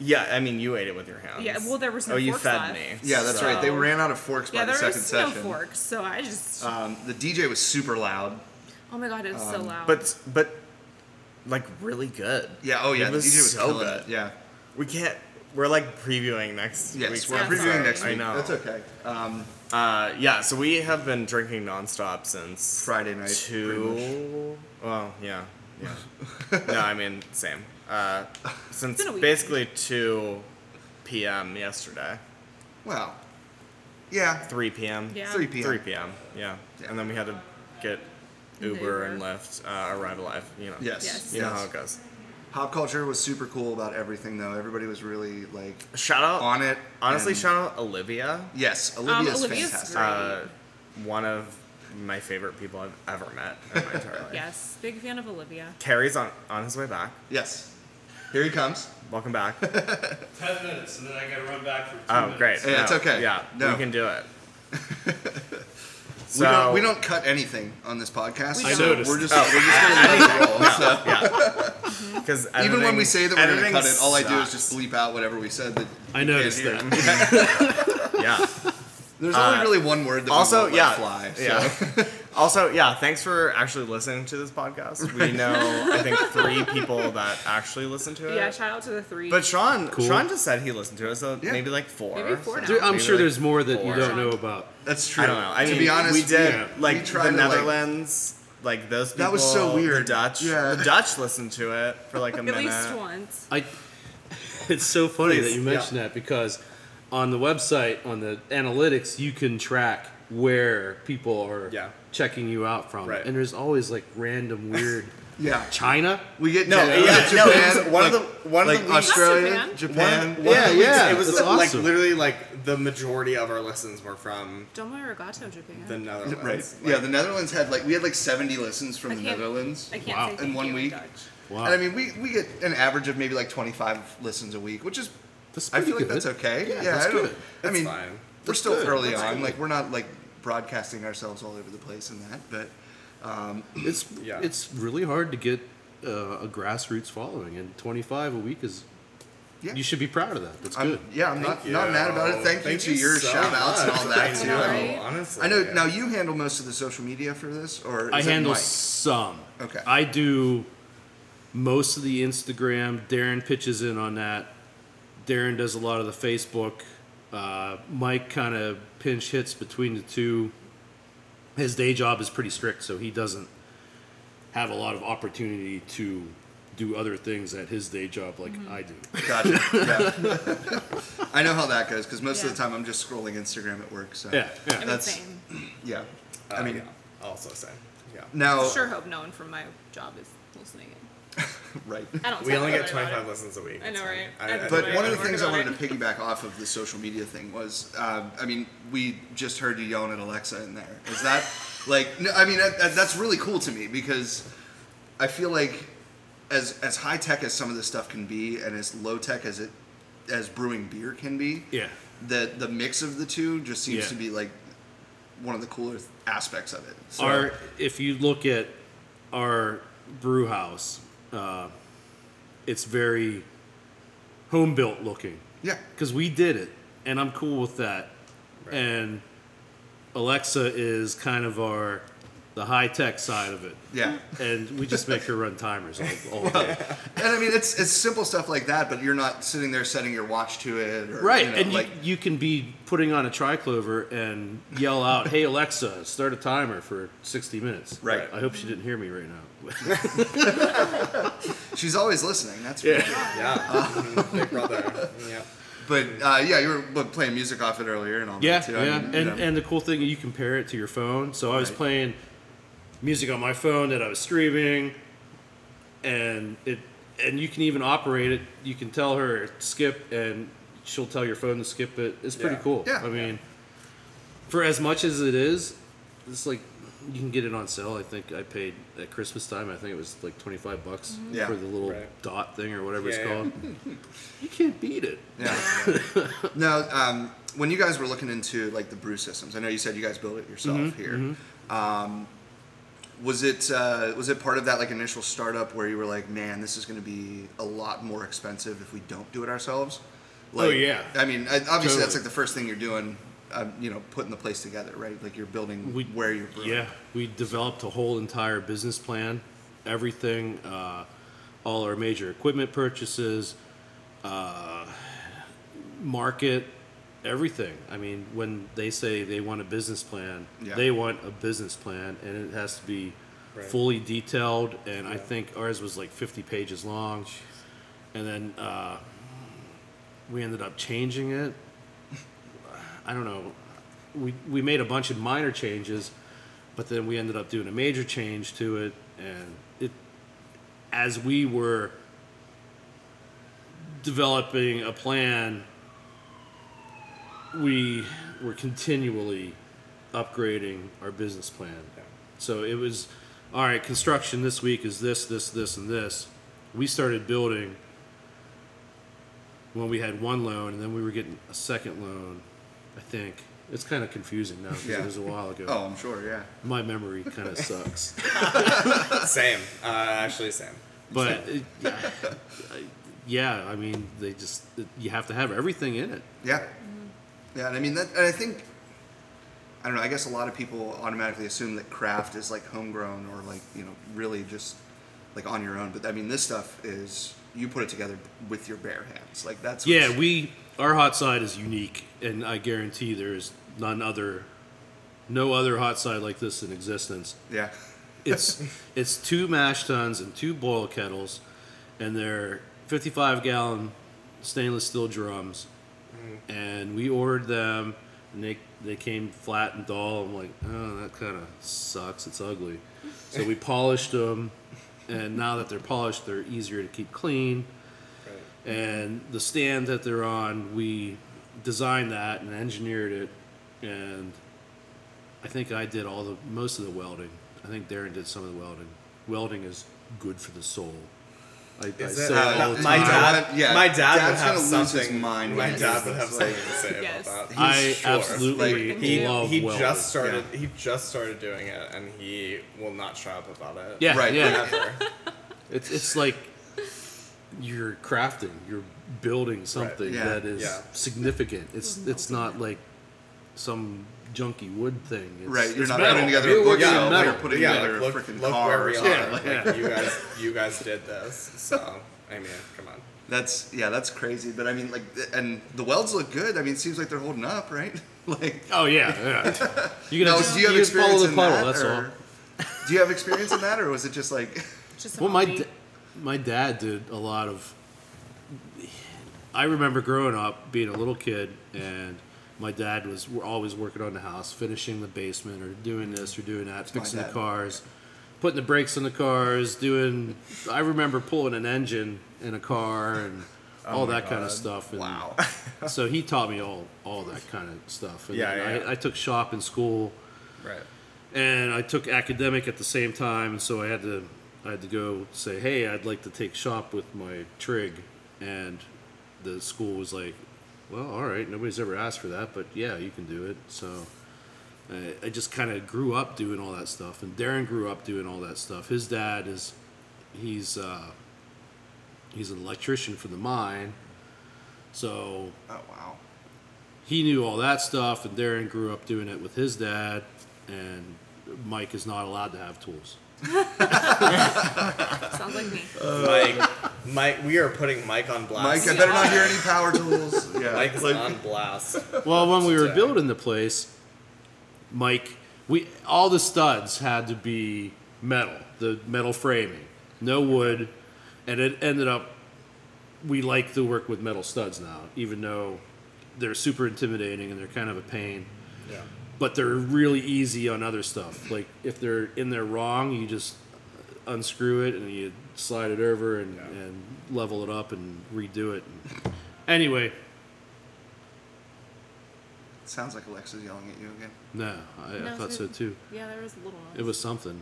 S2: Yeah, I mean, you ate it with your hands.
S4: Yeah, well, there was no
S2: Oh, you
S4: forks
S2: fed
S4: left.
S2: me.
S1: Yeah, that's right. They
S4: So-
S1: ran out of forks
S4: Yeah,
S1: by the
S4: there
S1: second
S4: was no
S1: session.
S4: forks, so I just.
S1: Um, the DJ was super loud.
S4: oh my god, it was so loud.
S2: But but like really good.
S1: Yeah. Oh yeah.
S2: It was
S1: the DJ was
S2: so
S1: killing
S2: good.
S1: It. Yeah.
S2: We can't. We're like previewing next.
S1: Yes,
S2: week's
S1: we're
S4: Yeah,
S2: episode.
S1: previewing next
S2: I
S1: week.
S2: know.
S1: That's okay. Um,
S2: Uh, yeah, so we have been drinking nonstop since
S1: Friday night, pretty
S2: Two. Well, yeah, yeah. no, I mean same. Uh, since
S4: been a week.
S2: basically two p.m. yesterday,
S1: well, yeah.
S2: three p.m.
S4: Yeah.
S1: 3 p.m.
S2: Three p.m. Yeah.
S1: Yeah.
S2: and then we had to get Uber,
S4: Uber.
S2: and Lyft. Uh, arrive alive. You know.
S1: Yes.
S4: Yes.
S1: Yes.
S2: You know how it goes.
S1: Hop culture was super cool about everything, though. Everybody was really like
S2: Shout out.
S1: on it.
S2: honestly,
S1: and-
S2: shout out Olivia.
S1: Yes,
S4: um,
S1: Olivia's,
S4: Olivia's
S1: fantastic.
S4: great.
S2: Uh, one of my favorite people I've ever met in my entire life.
S4: yes, big fan of Olivia.
S2: Carrie's on, on his way back.
S1: Yes. Here he comes.
S2: Welcome back.
S3: Ten minutes, and then I gotta run back for two
S2: Oh, great.
S1: Hey, that's
S2: No,
S1: okay.
S2: Yeah,
S1: No.
S2: we can do it.
S1: we,
S2: so
S1: don't, we don't cut anything on this podcast.
S4: We
S1: so
S3: don't.
S1: We're just,
S2: Oh.
S1: we're just going to let it roll. So.
S2: Yeah. Because
S1: Even when we say that we're going to cut it, all I do is just bleep out whatever we said. That
S3: I noticed
S1: Yeah.
S3: that.
S2: yeah.
S1: There's
S2: Uh,
S1: only really one word that we
S2: Also,
S1: won't
S2: yeah.
S1: let fly. so-
S2: Yeah. also, yeah. Thanks for actually listening to this podcast. We know I think three people that actually listen to it.
S4: Yeah, shout out to the three.
S2: But Sean,
S3: Cool.
S2: Sean just said he listened to it, so
S1: Yeah.
S2: maybe like four.
S4: Maybe four
S2: So-
S4: now.
S3: There- I'm
S2: Maybe
S3: sure
S2: like
S3: there's more that you
S2: four.
S3: don't know about.
S1: That's true.
S2: I don't know. I mean,
S1: to be honest,
S2: we did
S3: yeah,
S2: like
S1: we tried
S2: the
S1: to, like-
S2: Netherlands, like those people.
S1: That was so weird.
S2: The Dutch,
S1: Yeah.
S2: the Dutch listened to it for like a
S4: at
S2: minute.
S4: least once.
S3: I. It's so funny
S2: Please,
S3: that you mentioned that because on the website on the analytics you can track where people are
S2: Yeah.
S3: checking you out from,
S2: Right.
S3: and there's always like random weird
S1: Yeah.
S3: China.
S1: We get
S2: No,
S1: Canada,
S2: yeah,
S1: Japan,
S2: no, it was one of
S1: like-
S2: the- one of
S1: like
S2: the weeks-
S1: Australia,
S4: That's
S1: Japan.
S2: One-
S1: yeah.
S2: one of the weeks,
S3: yeah,
S2: it was
S3: that's
S2: like
S3: awesome.
S2: literally like the majority of our listens were from
S4: Domo Regato Japan.
S2: the Netherlands.
S1: Right.
S2: Like,
S1: yeah, the Netherlands had like we had like 70 listens from
S4: I
S1: the
S4: can't-
S1: Netherlands.
S4: I can't
S3: Wow.
S4: say
S1: In
S4: thank
S1: one
S4: you
S1: week?
S4: in Dutch.
S3: Wow,
S1: And I mean, we, we get an average of maybe like 25 listens a week, which is
S3: That's
S1: I
S3: pretty
S1: feel like
S3: good.
S1: that's okay.
S3: Yeah,
S1: Yeah,
S3: that's
S1: I don't.
S3: good.
S1: I
S2: That's
S1: mean,
S2: fine.
S1: we're
S3: That's
S1: still
S3: good.
S1: early
S3: That's
S1: on.
S3: good.
S1: Like we're not like broadcasting ourselves all over the place in that, but
S3: it's
S2: Yeah.
S3: it's really hard to get uh, a grassroots following, and 25 a week is.
S1: Yeah.
S3: You should be proud of that. That's
S1: I'm
S3: good.
S1: yeah, I'm not
S2: Thank
S1: not
S2: you.
S1: mad about it. Thank, you to your
S2: so
S1: shout outs and
S2: much.
S1: all that
S2: I
S1: too.
S2: know,
S1: I, mean,
S4: Right.
S2: honestly.
S1: I know now you handle most of the social media for this, or is
S3: I
S1: it
S3: handle
S1: Mike?
S3: some.
S1: Okay.
S3: I do most of the Instagram. Darren pitches in on that. Darren does a lot of the Facebook. Uh, Mike kind of pinch hits between the two. His day job is pretty strict, so he doesn't have a lot of opportunity to do other things at his day job like I do.
S1: Gotcha. Yeah. I know how that goes because most of the
S4: Yeah.
S1: time I'm just scrolling Instagram at work. So
S3: Yeah,
S4: I'm
S3: yeah.
S1: That's-
S4: insane.
S1: yeah.
S2: Uh,
S1: I mean,
S2: yeah, also say, yeah.
S1: now
S4: Sure, hope no one from my job is listening. in.
S1: right.
S4: I don't.
S2: We
S4: tell
S2: only get
S4: anybody about
S2: 25
S4: it.
S2: listens a week.
S4: I
S2: it's
S4: know,
S2: fine.
S4: right?
S2: I- I-
S4: That's
S1: But
S4: Right.
S1: one of the
S4: Working
S1: things I
S4: on
S1: wanted
S4: it.
S1: to piggyback off of the social media thing was, uh, I mean, we just heard you yelling at Alexa in there. Is that like? No, I mean, that, that- that's really cool to me because I feel like as as high tech as some of this stuff can be, and as low tech as it as brewing beer can be,
S3: Yeah.
S1: the the mix of the two just seems
S3: Yeah.
S1: to be like one of the cooler aspects of it. So,
S3: our if you look at our brew house, uh, it's very home built looking
S1: yeah,
S3: because we did it, and I'm cool with that.
S2: Right.
S3: And Alexa is kind of our the high tech side of it,
S1: yeah.
S3: and we just make her run timers all, all day.
S1: And I mean, it's it's simple stuff like that, but you're not sitting there setting your watch to it, or,
S3: Right,
S1: You know,
S3: and
S1: like,
S3: you, you can be putting on a triclover and yell out, "Hey Alexa, start a timer for 60 minutes."
S1: Right.
S3: I hope she didn't hear me right now.
S1: she's always listening. That's yeah.
S2: Yeah. Big brother. Yeah.
S1: But uh, yeah, you were what, playing music off it earlier and all
S3: Yeah,
S1: that too. I
S3: yeah.
S1: mean,
S3: and
S1: you know.
S3: and the cool thing you compare it to your phone. So I was
S1: Right.
S3: playing music on my phone that I was streaming, and it and you can even operate it. You can tell her skip, and she'll tell your phone to skip it. It's pretty
S2: Yeah.
S3: cool.
S1: Yeah.
S3: I mean, for as much as it is, it's like you can get it on sale. I think I paid at Christmas time. I think it was like twenty five bucks
S1: Mm-hmm. Yeah.
S3: for the little
S2: Right.
S3: dot thing or whatever
S2: Yeah,
S3: it's
S2: yeah.
S3: called. you can't beat it.
S1: yeah. no, um, when you guys were
S3: Mm-hmm,
S1: looking into like the brew systems, I know you said you guys built it yourself here. Um, Was it uh, was it part of that like initial startup where you were like, man, this is going to be a lot more expensive if we don't do it ourselves?
S3: Oh,
S1: Like,
S2: yeah.
S1: I mean, I, obviously that's
S2: Totally.
S1: like the first thing you're doing. Um, you know, putting the place together, right? Like you're building
S3: We-
S1: where you're brewing.
S3: Yeah, we developed a whole entire business plan, everything, uh, all our major equipment purchases, uh, market, everything. I mean, when they say they want a business plan,
S1: Yeah.
S3: they want a business plan, and it has to be
S5: Right.
S3: fully detailed. And I think ours was like 50 pages long, and then uh, we ended up changing it. I don't know. We we made a bunch of minor changes, but then we ended up doing a major change to it, and it as we were developing a plan, we were continually upgrading our business plan. So it was all right. Construction this week is this, this, this, and this. We started building when we had one loan, and then we were getting a second loan. I think it's kind of confusing now because
S1: Yeah.
S3: it was a while ago.
S1: Oh, I'm sure. Yeah.
S3: My memory kind of sucks.
S5: Same. Uh, actually, same.
S3: But it, yeah, I- yeah, I mean, they just it- you have to have everything in it.
S1: Yeah.
S3: Mm-hmm.
S1: Yeah, and I mean that. And I think I don't know. I guess a lot of people automatically assume that craft is like homegrown or like you know really just like on your own. But I mean, this stuff is you put it together with your bare hands. Like that's
S3: Yeah,
S1: what's-
S3: we our hot side is unique, and I guarantee there is none other, no other hot side like this in existence.
S1: yeah
S3: It's it's two mash tuns and two boil kettles, and they're fifty-five gallon stainless steel drums, and we ordered them, and they they came flat and dull. I'm like, oh, that kind of sucks. It's ugly. So we polished them, and now that they're polished, they're easier to keep clean
S5: Right.
S3: and the stand that they're on, we designed that and engineered it, and I think I did all the most of the welding. I think Darren did some of the welding. Welding is good for the soul. I, I
S5: Is it-
S3: say
S1: uh,
S3: it all the
S5: my
S3: time.
S5: dad,
S1: Yeah,
S5: my dad would
S1: dad's
S5: have
S1: gonna lose his
S5: something.
S1: mind
S5: my
S1: when he
S5: dad
S1: hears
S5: would have
S1: this,
S5: something
S1: like-
S5: to say
S4: Yes.
S5: about that.
S3: I
S5: He's sure.
S3: absolutely
S1: Like,
S5: He,
S3: love
S5: he
S3: welding.
S5: just started.
S1: Yeah.
S5: He just started doing it, and he will not shut up about it.
S3: yeah,
S1: Right.
S3: yeah.
S5: Ever.
S3: It's it's like you're crafting, you're building something
S1: Yeah.
S3: that is
S5: Yeah.
S3: significant. It's it's not like some junky wood thing. It's,
S1: right. You're
S3: it's
S1: not
S3: metal.
S1: putting together
S3: You're
S1: a
S3: working in
S1: bookshelf.
S3: metal.
S1: You're putting
S5: yeah, like,
S1: together a
S5: look,
S1: freaking
S5: look
S1: car.
S5: where
S1: or
S5: we are.
S1: something.
S5: Like, you guys, you guys did this. So I mean, come on.
S1: That's yeah, that's crazy. But I mean, like, th- and the welds look good. I mean, it seems like they're holding up, right? like,
S3: Oh yeah, yeah. You can
S1: now,
S3: just
S1: do you have
S3: can follow
S1: experience
S3: the
S1: in
S3: puddle.
S1: that?
S3: That's all.
S1: or- Do you have experience in that, or was it just like?
S4: Just a
S3: Well, my
S4: hobby.
S3: da- my dad did a lot of. I remember growing up, being a little kid, and my dad was were always working on the house, finishing the basement, or doing this or doing that,
S1: my
S3: fixing the
S1: dad.
S3: cars, putting the brakes on the cars, doing. I remember pulling an engine in a car and all
S2: Oh my
S3: that kind of
S2: God.
S3: stuff. And
S1: Wow.
S3: so he taught me all all that kind of stuff. And
S2: Yeah,
S3: then
S2: yeah.
S3: I, I took shop in school.
S2: Right.
S3: and I took academic at the same time, and so I had to I had to go say, hey, I'd like to take shop with my trig, and the school was like, well, all right, nobody's ever asked for that, but yeah, you can do it. So Uh, I, I just kind of grew up doing all that stuff, and Darren grew up doing all that stuff. His dad is he's uh, he's an electrician for the mine, so
S1: Oh wow.
S3: he knew all that stuff, and Darren grew up doing it with his dad, and Mike is not allowed to have tools.
S4: sounds like me.
S2: Uh,
S5: Mike, Mike, we are putting Mike on
S1: Mike,
S5: blast.
S1: I better not hear any power tools. Yeah.
S5: Mike is
S1: Like,
S5: on blast.
S3: Well, when we were
S5: Dang.
S3: building the place, Mike, we all the studs had to be metal, the metal framing, no wood, and it ended up we like to work with metal studs now, even though they're super intimidating and they're kind of a pain.
S5: Yeah.
S3: but they're really easy on other stuff. Like if they're in there wrong, you just unscrew it and you slide it over and,
S5: Yeah.
S3: and level it up and redo it. Anyway,
S1: Sounds like Alexa's yelling at you again.
S3: no, I, I
S4: No,
S3: thought
S4: it's
S3: so
S4: good.
S3: too.
S4: Yeah, there was a little noise.
S3: It was something.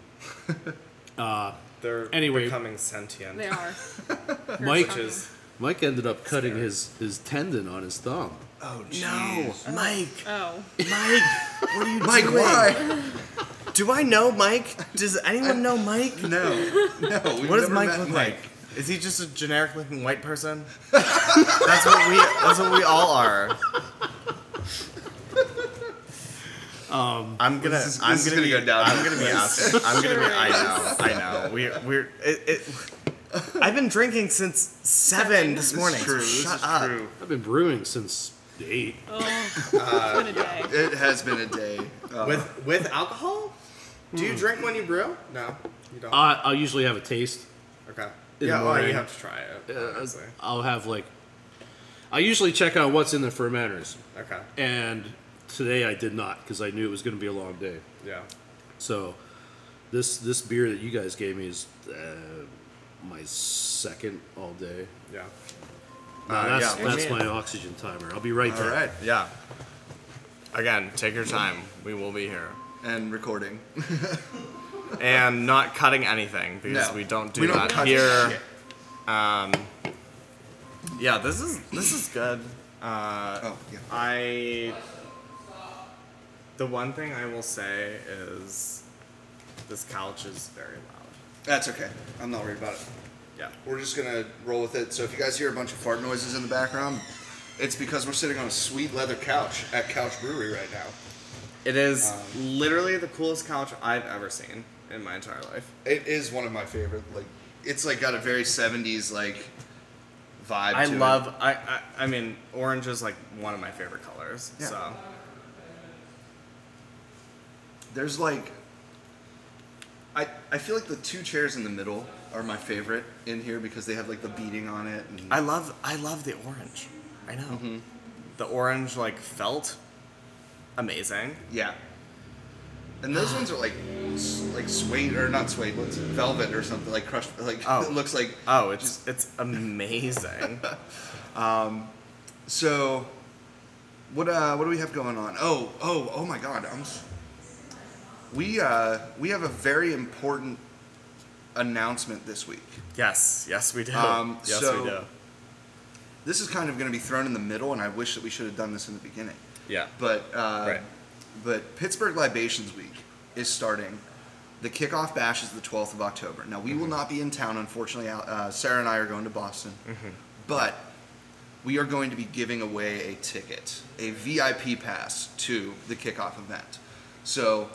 S5: They're
S3: Anyway.
S5: becoming sentient.
S4: They are. They're
S3: Mike-
S5: Which is
S3: Mike ended up cutting his, his tendon on his thumb.
S1: Oh no,
S4: coming. Oh,
S1: Mike, why?
S4: do
S2: Do I know Mike? Does anyone know Mike?
S1: No, no. We've
S2: What does
S1: never
S2: Mike
S1: met
S2: look
S1: Mike.
S2: like? Is he just a generic looking white person? that's what we that's what we all are.
S3: Um,
S2: I'm gonna
S1: This is-
S2: I'm
S1: this is
S2: gonna,
S1: gonna go
S2: be,
S1: down
S2: I'm
S1: in
S2: gonna be
S1: flames.
S2: us. I'm gonna be I know, I know. We we're it, it I've been drinking since seven this
S1: This
S2: morning.
S1: is true.
S2: so
S1: This
S2: shut
S1: is
S2: up.
S1: true.
S3: I've been brewing since eight.
S4: Oh, what a day.
S1: It has been a day. Uh,
S5: With with alcohol? Do
S3: Hmm.
S5: you drink when you brew? No, you don't.
S3: I, I'll usually have a taste.
S5: okay.
S3: Uh, in
S5: Yeah,
S3: the
S5: well, you
S3: morning.
S5: have to try it.
S3: Uh,
S5: honestly.
S3: I'll have like, I usually check out what's in the fermenters,
S5: Okay.
S3: and today I did not because I knew it was going to be a long day.
S5: Yeah.
S3: So, this this beer that you guys gave me is uh, my second all day.
S5: Yeah.
S3: No,
S2: Uh,
S3: that's
S2: yeah,
S3: that's
S2: we-
S3: my oxygen timer. I'll be right
S1: all
S3: back.
S1: right,
S2: Yeah. Again, take your time. We will be here.
S1: and recording.
S2: And not cutting anything because
S1: No.
S2: we don't do
S1: We don't
S2: that
S1: cut
S2: here.
S1: shit.
S2: Um, yeah, this is this is good. Uh,
S1: Oh yeah.
S2: I the one thing I will say is this couch is very loud.
S1: That's okay. I'm not worried about it.
S2: Yeah.
S1: We're just gonna roll with it. So if you guys hear a bunch of fart noises in the background, it's because we're sitting on a sweet leather couch at Couch Brewery right now.
S2: It is literally the coolest couch I've ever seen in my entire life.
S1: It is one of my favorite. Like, it's like got a very '70s like vibe.
S2: I
S1: to it.
S2: love I, I I mean orange is like one of my favorite colors.
S1: Yeah.
S2: So
S1: There's like, I I feel like the two chairs in the middle are my favorite in here because they have like the beading on it. And
S2: I love I love the orange. I know.
S1: Mm-hmm.
S2: The orange like felt amazing.
S1: yeah. And those ones are like, s- like suede or not suede, what's it? velvet or something like crushed. Like
S2: Oh.
S1: it looks like
S2: Oh, it's it's amazing.
S1: So, what uh, what do we have going on? Oh, oh, oh my God! I'm. s- We uh, we have a very important announcement this week.
S2: yes, yes we do.
S1: Um,
S2: yes
S1: so-
S2: we do.
S1: This is kind of going to be thrown in the middle, and I wish that we should have done this in the beginning.
S2: Yeah.
S1: But uh,
S2: Right.
S1: but Pittsburgh Libations Week is starting. The kickoff bash is the 12th of October. Now we will not be in town, unfortunately. Al- Uh, Sarah and I are going to Boston, but we are going to be giving away a ticket, a VIP pass to the kickoff event. So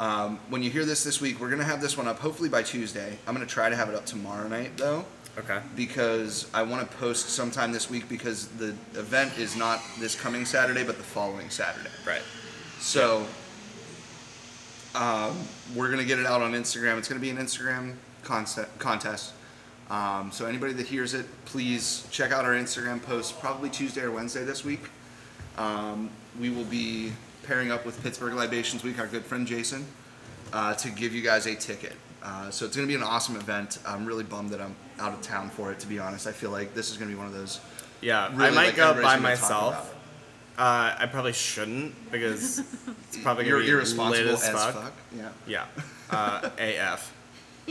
S1: um, when you hear this this week, we're going to have this one up hopefully by Tuesday. I'm going to try to have it up tomorrow night though
S2: Okay.
S1: because I want to post sometime this week because the event is not this coming Saturday, but the following Saturday.
S2: Right.
S1: So um, we're going to get it out on Instagram. It's going to be an Instagram concept, contest. Um, so anybody that hears it, please check out our Instagram post probably Tuesday or Wednesday this week. Um, we will be pairing up with Pittsburgh Libations Week, our good friend Jason, uh, to give you guys a ticket. Uh, so it's going to be an awesome event. I'm really bummed that I'm out of town for it, to be honest. I feel like this is going to be one of those.
S2: Yeah, I
S1: really,
S2: might
S1: like,
S2: go
S1: everybody's
S2: by
S1: gonna talk about
S2: myself. Uh, I probably shouldn't because it's probably gonna
S1: You're
S2: be
S1: irresponsible
S2: lit
S1: as
S2: as,
S1: fuck. Yeah.
S2: Yeah, uh, AF,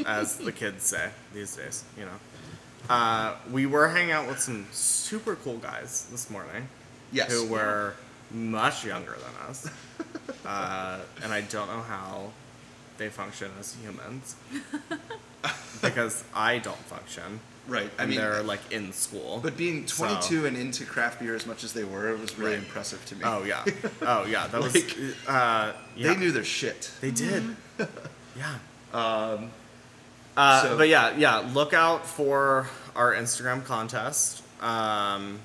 S2: as the kids say these days. You know, uh, we were hanging out with some super cool guys this morning
S1: Yes.
S2: who were much younger than us, uh, and I don't know how they function as humans because I don't function.
S1: Right. I
S2: and
S1: mean,
S2: they're like in school.
S1: But being
S2: So-
S1: 22 and into craft beer as much as they were, it was really
S2: Right.
S1: impressive to me.
S2: Oh yeah. Oh yeah. That was.
S1: Like,
S2: Uh, yeah.
S1: They knew their shit.
S2: They did. yeah. Um. Uh,
S1: so-
S2: but yeah, yeah. Look out for our Instagram contest. Um.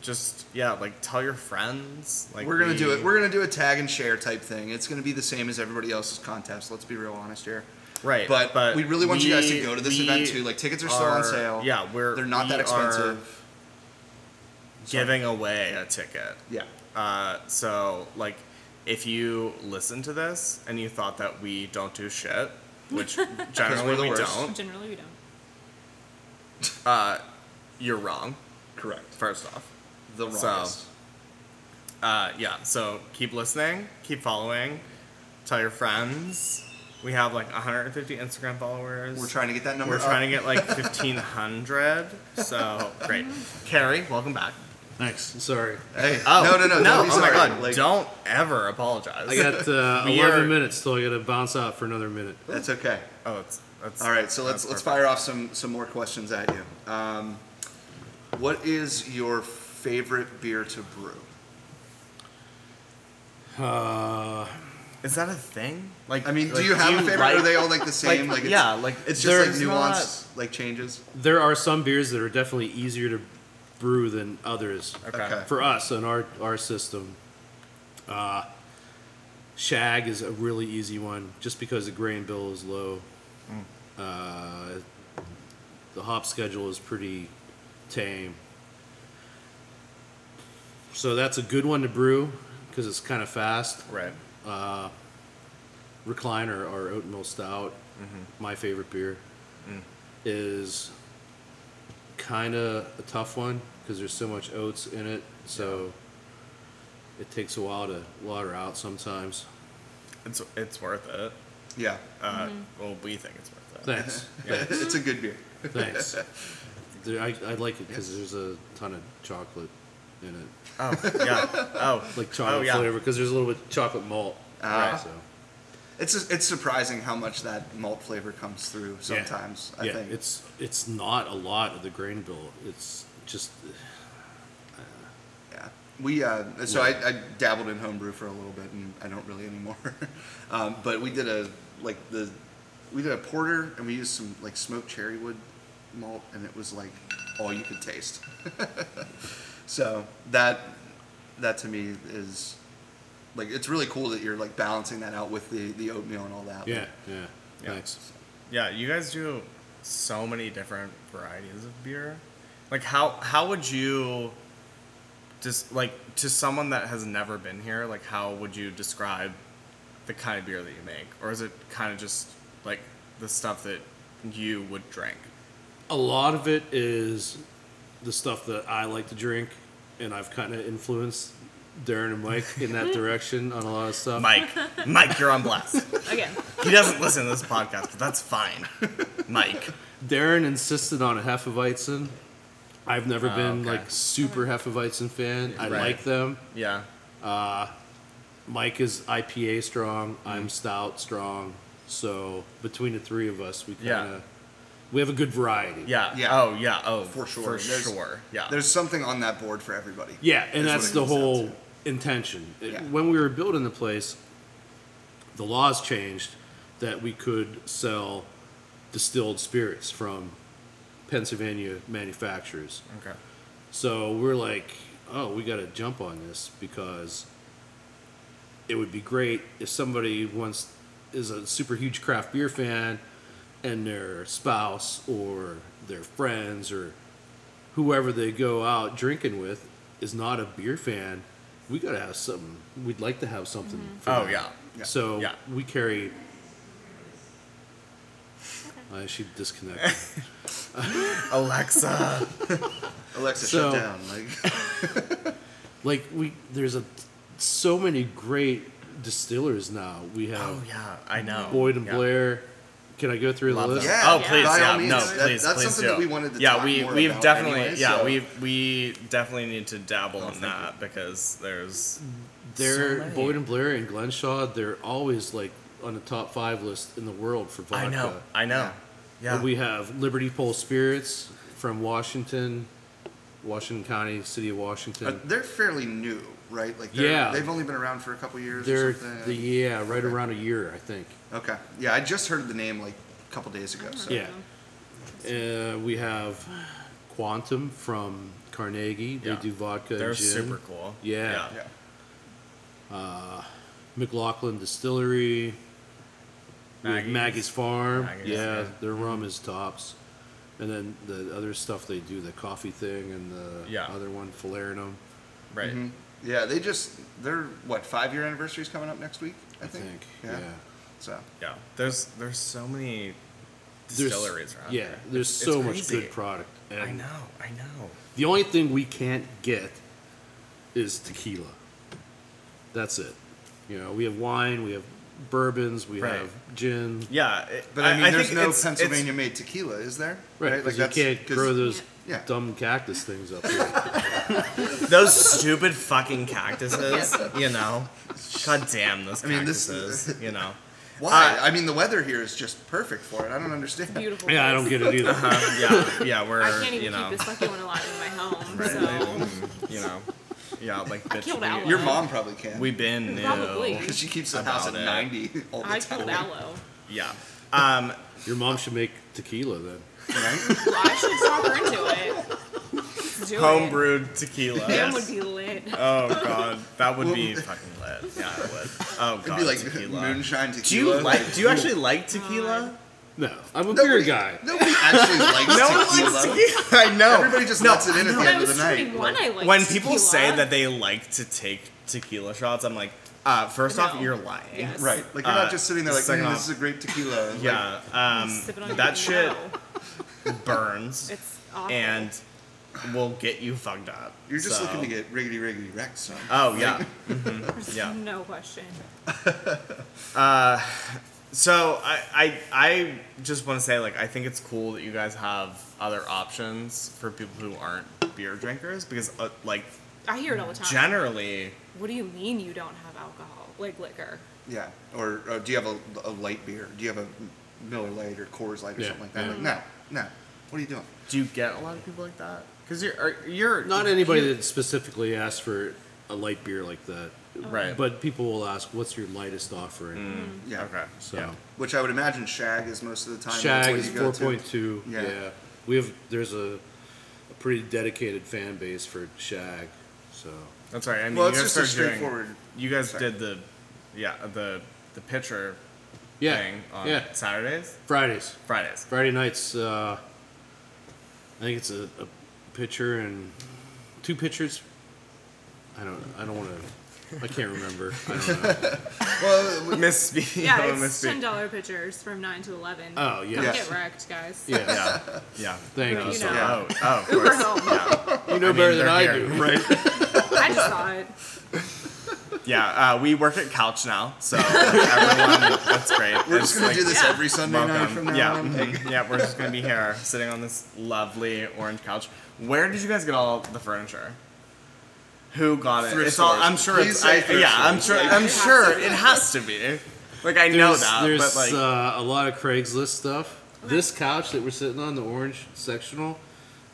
S2: Just yeah, like tell your friends. Like
S1: we're gonna do
S2: we-
S1: it. We're gonna do a tag and share type thing. It's gonna be the same as everybody else's contest. Let's be real honest here.
S2: right.
S1: But,
S2: but
S1: we really want you guys to
S2: we-
S1: go to this
S2: we
S1: event too. Like tickets are still on sale.
S2: Yeah, we're
S1: they're not
S2: we
S1: that
S2: are
S1: expensive.
S2: Giving away a ticket.
S1: Yeah,
S2: Uh, so like if you listen to this and you thought that we don't do shit, which generally
S1: the
S2: we
S1: worst.
S2: don't,
S4: Generally, we don't.
S2: uh, you're wrong.
S1: correct.
S2: First off,
S1: The
S2: So-
S1: wrongest.
S2: uh, yeah. So keep listening, keep following, tell your friends. We have like 150 Instagram followers.
S1: We're trying to get that number.
S2: We're
S1: up.
S2: trying to get like 1500. So great, Carrie, welcome back.
S3: Thanks. Sorry.
S1: Hey,
S2: Oh
S1: no, no, no,
S2: no!
S1: Don't be
S2: oh my
S1: sorry.
S2: god!
S1: Like,
S2: don't ever apologize.
S3: I got uh,
S2: We
S3: 11
S2: are-
S3: minutes till I got to bounce out for another minute.
S1: That's okay.
S2: oh, it's, that's
S1: All right, so let's
S2: that's
S1: let's
S2: perfect.
S1: fire off some some more questions at you. Um, what is your favorite beer to brew?
S3: Uh,
S2: Is that a thing? Like,
S1: I mean,
S2: like,
S1: do you have a favorite?
S2: like-
S1: Are they all like the same?
S2: Like,
S1: it's,
S2: yeah, like
S1: it's
S2: they're
S1: just like nuanced like changes.
S3: there are some beers that are definitely easier to brew than others.
S2: not- Okay.
S1: Okay.
S3: For us and our our system, uh, shag is a really easy one, just because the grain bill is low. Uh, the hop schedule is pretty tame. So that's a good one to brew because it's kind of fast.
S2: Right.
S3: recliner or oatmeal stout,
S1: Mm-hmm.
S3: my favorite beer,
S1: Mm.
S3: is kind of a tough one because there's so much oats in it. So it takes a while to water out sometimes.
S2: It's it's worth it.
S1: Yeah,
S2: Uh, Well, we think it's worth it.
S3: Thanks.
S1: it's a good beer.
S3: Thanks. There- I, I like it because there's a ton of chocolate in it,
S2: Oh yeah. Oh,
S3: like chocolate
S2: oh, yeah.
S3: flavor, because there's a little bit of chocolate malt.
S1: Ah.
S3: Right, so.
S1: It's it's surprising how much that malt flavor comes through sometimes. I
S3: yeah,
S1: think
S3: it's it's not a lot of the grain bill. It's just
S1: Yeah. We uh, so I, I dabbled in homebrew for a little bit, and I don't really anymore. um, but we did a like the we did a porter, and we used some like smoked cherry wood malt, and it was like all you could taste. so that that to me is like it's really cool that you're like balancing that out with the the oatmeal and all that.
S3: yeah, yeah.
S2: Yeah.
S3: Thanks.
S2: Yeah, you guys do so many different varieties of beer. Like how how would you just like to someone that has never been here, like how would you describe the kind of beer that you make? Or is it kind of just like the stuff that you would drink?
S3: a lot of it is the stuff that I like to drink, and I've kind of influenced Darren and Mike in that direction on a lot of stuff.
S2: Mike, Mike, you're on blast.
S4: Again,
S2: He doesn't listen to this podcast, but that's fine. Mike.
S3: Darren insisted on a Hefeweizen. I've never
S2: Oh,
S3: been
S2: okay.
S3: like super Hefeweizen fan. I
S2: Right.
S3: like them.
S2: Yeah.
S3: Mike is IPA strong.
S2: Mm.
S3: I'm stout strong. So between the three of us, we kind
S2: Yeah.
S3: of we have a good variety.
S2: Yeah.
S1: Yeah.
S2: Oh yeah. Oh
S1: For sure.
S2: For
S1: There's-
S2: sure. Yeah.
S1: There's something on that board for everybody.
S3: Yeah,
S1: is
S3: and
S1: what
S3: that's
S1: it
S3: the
S1: comes down
S3: whole
S1: to.
S3: intention. It-
S1: Yeah.
S3: When we were building the place, the laws changed that we could sell distilled spirits from Pennsylvania manufacturers.
S2: okay.
S3: So we're like, oh, we got to jump on this because it would be great if somebody once is a super huge craft beer fan and their spouse or their friends or whoever they go out drinking with is not a beer fan. We got to have something. We'd like to have something. For
S2: Oh
S3: them.
S2: yeah.
S1: Yeah.
S3: So
S2: Yeah.
S3: we carry. I should disconnect.
S2: Alexa.
S1: Alexa,
S3: So-
S1: shut down. Like
S3: like we there's a so many great distillers now we have
S2: Oh yeah, I know.
S3: boyd and
S2: Yeah.
S3: blair can i go through
S2: Love
S3: the
S2: them.
S3: list
S1: Yeah.
S2: oh
S4: yeah.
S2: please,
S1: By all
S2: yeah,
S1: means,
S2: no,
S1: that-
S2: please,
S1: that's
S2: please
S1: something
S2: do.
S1: that we wanted to
S2: Yeah,
S1: talk
S2: we
S1: more
S2: we've
S1: about
S2: definitely,
S1: anyway,
S2: yeah,
S1: so-
S2: we we definitely need to dabble in that because there's
S3: they're
S2: So many.
S3: boyd and blair and glenshaw they're always like on the top five list in the world for vodka
S2: I know, I know, yeah,
S3: And we have liberty pole spirits from washington washington county city of washington
S1: Uh, they're fairly new, right? Like, they're-
S3: Yeah.
S1: they've only been around for a couple years.
S3: they're
S1: or something.
S3: the yeah right around a year i think
S1: okay, yeah, I just heard the name like a couple days ago. So.
S3: Yeah. Uh, we have Quantum from Carnegie. They
S2: Yeah.
S3: do vodka
S2: they're
S3: and gin.
S2: super cool.
S3: Yeah.
S1: yeah,
S3: McLaughlin Distillery. We have
S2: Maggie's.
S3: Maggie's Farm.
S2: Maggie's,
S3: yeah,
S2: yeah.
S3: their rum is tops. And then the other stuff they do, the coffee thing and the
S2: Yeah.
S3: other one, Falernum.
S2: right.
S1: Mhm. yeah. They just they're what five year anniversary is coming up next week, I
S3: I
S1: think.
S3: think. Yeah.
S1: So
S2: Yeah, there's there's so many
S3: There's-
S2: distilleries around.
S3: Yeah,
S2: here.
S3: there's
S2: It's-
S3: so
S2: it's
S3: much
S2: crazy.
S3: good product. And
S2: I know, I know.
S3: The only thing we can't get is tequila. That's it. You know, we have wine, we have bourbons, we
S2: Right.
S3: have gin.
S2: Yeah, it-
S1: but I, mean, there's
S2: think
S1: no
S2: it's- it's-
S1: Pennsylvania made tequila, is there?
S3: Right, because you
S1: that's-
S3: can't
S1: 'cause-
S3: grow those
S1: Yeah.
S3: dumb cactus things up here.
S2: Those stupid fucking cactuses, you know. God damn those
S1: I mean, this-
S2: cactuses, you know.
S1: Why?
S2: Uh,
S1: I mean, the weather here is just perfect for it. I don't understand.
S4: Beautiful.
S3: Yeah, I
S4: place.
S3: don't get it either.
S2: Uh, yeah, yeah, we're
S4: I can't even
S2: you know,
S4: keep this fucking one alive in my home.
S2: right,
S4: So
S2: mm, you know, yeah, like
S4: I
S2: bitch,
S4: killed
S2: we-
S4: Aloe.
S1: Your mom probably can.
S2: we been
S4: Probably.
S2: new.
S1: because she keeps the house at
S2: About it.
S1: 90 all the
S4: I
S1: time.
S4: killed aloe.
S2: Yeah. Um,
S3: Your mom should make tequila then.
S1: Right?
S4: Well, I should talk her into it. Do it.
S2: homebrewed tequila.
S4: That would be lit.
S2: Oh god, that would be
S1: Well-
S2: fucking lit. Yeah, it would. Oh god,
S1: It'd be like
S2: tequila.
S1: moonshine tequila.
S2: do you like? Do you actually like tequila?
S3: No, I'm a beer
S1: Nobody-
S3: guy.
S1: Nobody actually likes
S2: No one
S1: tequila.
S2: likes tequila. I know.
S1: Everybody just
S2: Oh, no,
S1: lets it in
S2: I
S1: at
S2: know.
S1: the
S4: When I
S1: end of the
S4: was
S1: night.
S4: 21, I liked
S2: when people
S4: tequila.
S2: say that they like to take tequila shots, I'm like, uh, first off,
S4: No.
S2: you're lying.
S4: Yes.
S1: Right. Like you're
S2: Uh,
S1: not just sitting there like,
S2: second
S1: mm,
S2: off-
S1: this is a great tequila. Like,
S2: Yeah, um,
S4: Sip it on your
S2: that shit
S4: pillow.
S2: burns
S4: It's awful.
S2: and will get you fucked up.
S1: you're just
S2: So-
S1: looking to get riggedy riggedy wrecked, son.
S2: Oh yeah, Mhm. yeah.
S4: no question.
S2: So I, I I just want to say like I think it's cool that you guys have other options for people who aren't beer drinkers because uh, like
S4: I hear it all the time.
S2: generally
S4: what do you mean you don't have alcohol, like liquor?
S1: Yeah. Or, uh do you have a, a light beer? Do you have a Miller Light or Coors Light or
S3: Yeah,
S1: something like that?
S3: yeah.
S2: Mm.
S1: Like, no, no. What are you doing?
S2: do you get a lot of people like that because you're are, you're
S3: Not anybody that specifically asked for a light beer like that.
S2: Right.
S3: But people will ask, what's your lightest offering?
S1: Yeah.
S2: okay
S3: So,
S2: yeah.
S1: Which I would imagine Shag is most of the time. that's
S3: Shag
S1: what
S3: is
S1: you go to.
S3: 4.2. Yeah.
S1: Yeah.
S3: We have, there's a, a pretty dedicated fan base for Shag. So,
S2: That's right. I mean,
S1: Well,
S2: you
S1: it's
S2: guys
S1: just a
S2: started doing-
S1: straightforward-
S2: you guys
S1: Sorry.
S2: did the, yeah, the the pitcher
S3: yeah.
S2: thing on
S3: yeah.
S2: Saturdays,
S3: Fridays.
S2: Fridays.
S3: Friday nights, uh, I think it's a, a pitcher and two pitchers. I don't. I don't want to. I can't remember. I don't know.
S1: Well, we-
S2: Misspeak.
S4: Yeah,
S2: oh,
S4: it's
S2: misspeak.
S4: ten dollar pitchers from nine to eleven.
S3: Oh, yeah.
S4: Don't
S1: Yes.
S4: get wrecked, guys.
S3: Yeah.
S2: Yeah, yeah.
S3: Thank
S4: You
S3: you. so
S4: know.
S1: Yeah.
S2: Oh, oh, of
S4: Uber
S2: course.
S4: home.
S2: Yeah,
S3: You know better than
S2: they're
S3: I
S2: here,
S3: do.
S2: right?
S4: I just saw it.
S2: Yeah, uh, we work at Couch now, so everyone, that's great.
S1: we're just gonna do this
S4: yeah.
S1: every Sunday night from now
S2: yeah,
S1: on.
S2: mhm. yeah, we're just gonna be here sitting on this lovely orange couch. Where did you guys get all the furniture? Who got it?
S1: Thrift
S2: it's all.
S1: stores.
S2: I'm sure.
S1: Please
S2: It's,
S1: say
S2: I,
S1: thrift
S2: yeah, I'm sure.
S1: stores.
S4: Yeah,
S2: I'm
S4: it has
S2: sure
S4: to be.
S2: it has to be. Like I know
S3: There's,
S2: that,
S3: there's
S2: but like
S3: uh, a lot of Craigslist stuff. This couch that we're sitting on, the orange sectional,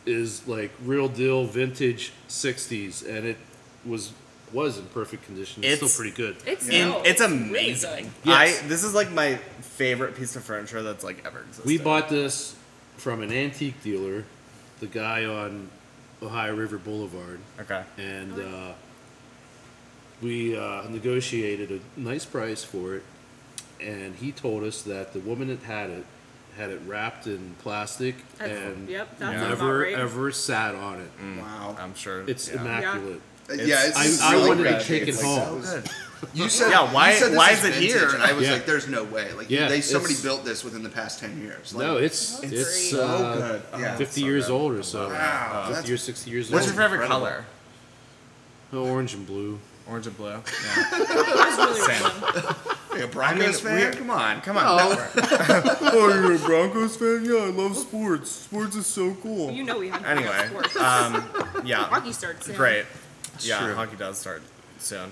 S3: is like real deal vintage '60s, and it was was in perfect condition. It's,
S2: It's-
S3: still pretty good.
S4: It's
S2: in,
S4: dope.
S2: it's
S4: really
S2: amazing.
S3: good. Yes.
S2: I this is like my favorite piece of furniture that's like ever existed.
S3: We bought this from an antique dealer, the guy on Ohio River Boulevard,
S2: Okay.
S3: and uh, we uh, negotiated a nice price for it. And he told us that the woman that had it had it wrapped in plastic
S4: That's-
S3: and Mm,
S4: yep, that's about
S3: never
S4: right.
S3: ever sat on it.
S1: Wow.
S2: I'm sure.
S3: It's
S2: yeah.
S3: immaculate.
S1: yeah, it's
S2: Mm-hmm. Um, I-
S1: it's
S2: I
S1: really
S2: wanted to
S1: bad.
S3: take it
S1: It's
S3: home.
S1: so good. You said,
S2: Yeah, why-
S1: you said this
S2: why is it
S1: vintage,
S2: here?
S1: And I was
S3: Yeah.
S1: like, there's no way. Like,
S3: Yeah,
S1: they somebody
S3: it's-
S1: built this within the past ten years. Like,
S3: No, it's
S4: That's
S3: it's,
S4: great.
S1: so
S3: uh,
S1: good. Yeah.
S3: fifty
S2: So
S3: years
S2: good.
S3: old or so.
S1: Wow, that's-
S3: fifty or sixty years
S2: What's
S3: old.
S2: your favorite
S1: Incredible.
S2: color?
S3: Orange and blue.
S2: Orange and blue. Yeah.
S4: awesome.
S1: Hey, a Broncos
S2: I mean,
S1: fan?
S2: we-
S1: Come on.
S2: Come on.
S6: Oh, you're a Broncos fan? Yeah, I love sports. Sports is so cool.
S4: You know we had
S2: Anyway,
S4: sports.
S1: uh,
S2: um, yeah,
S4: hockey starts. soon.
S2: great.
S1: It's
S2: Yeah,
S1: true.
S2: hockey does start soon.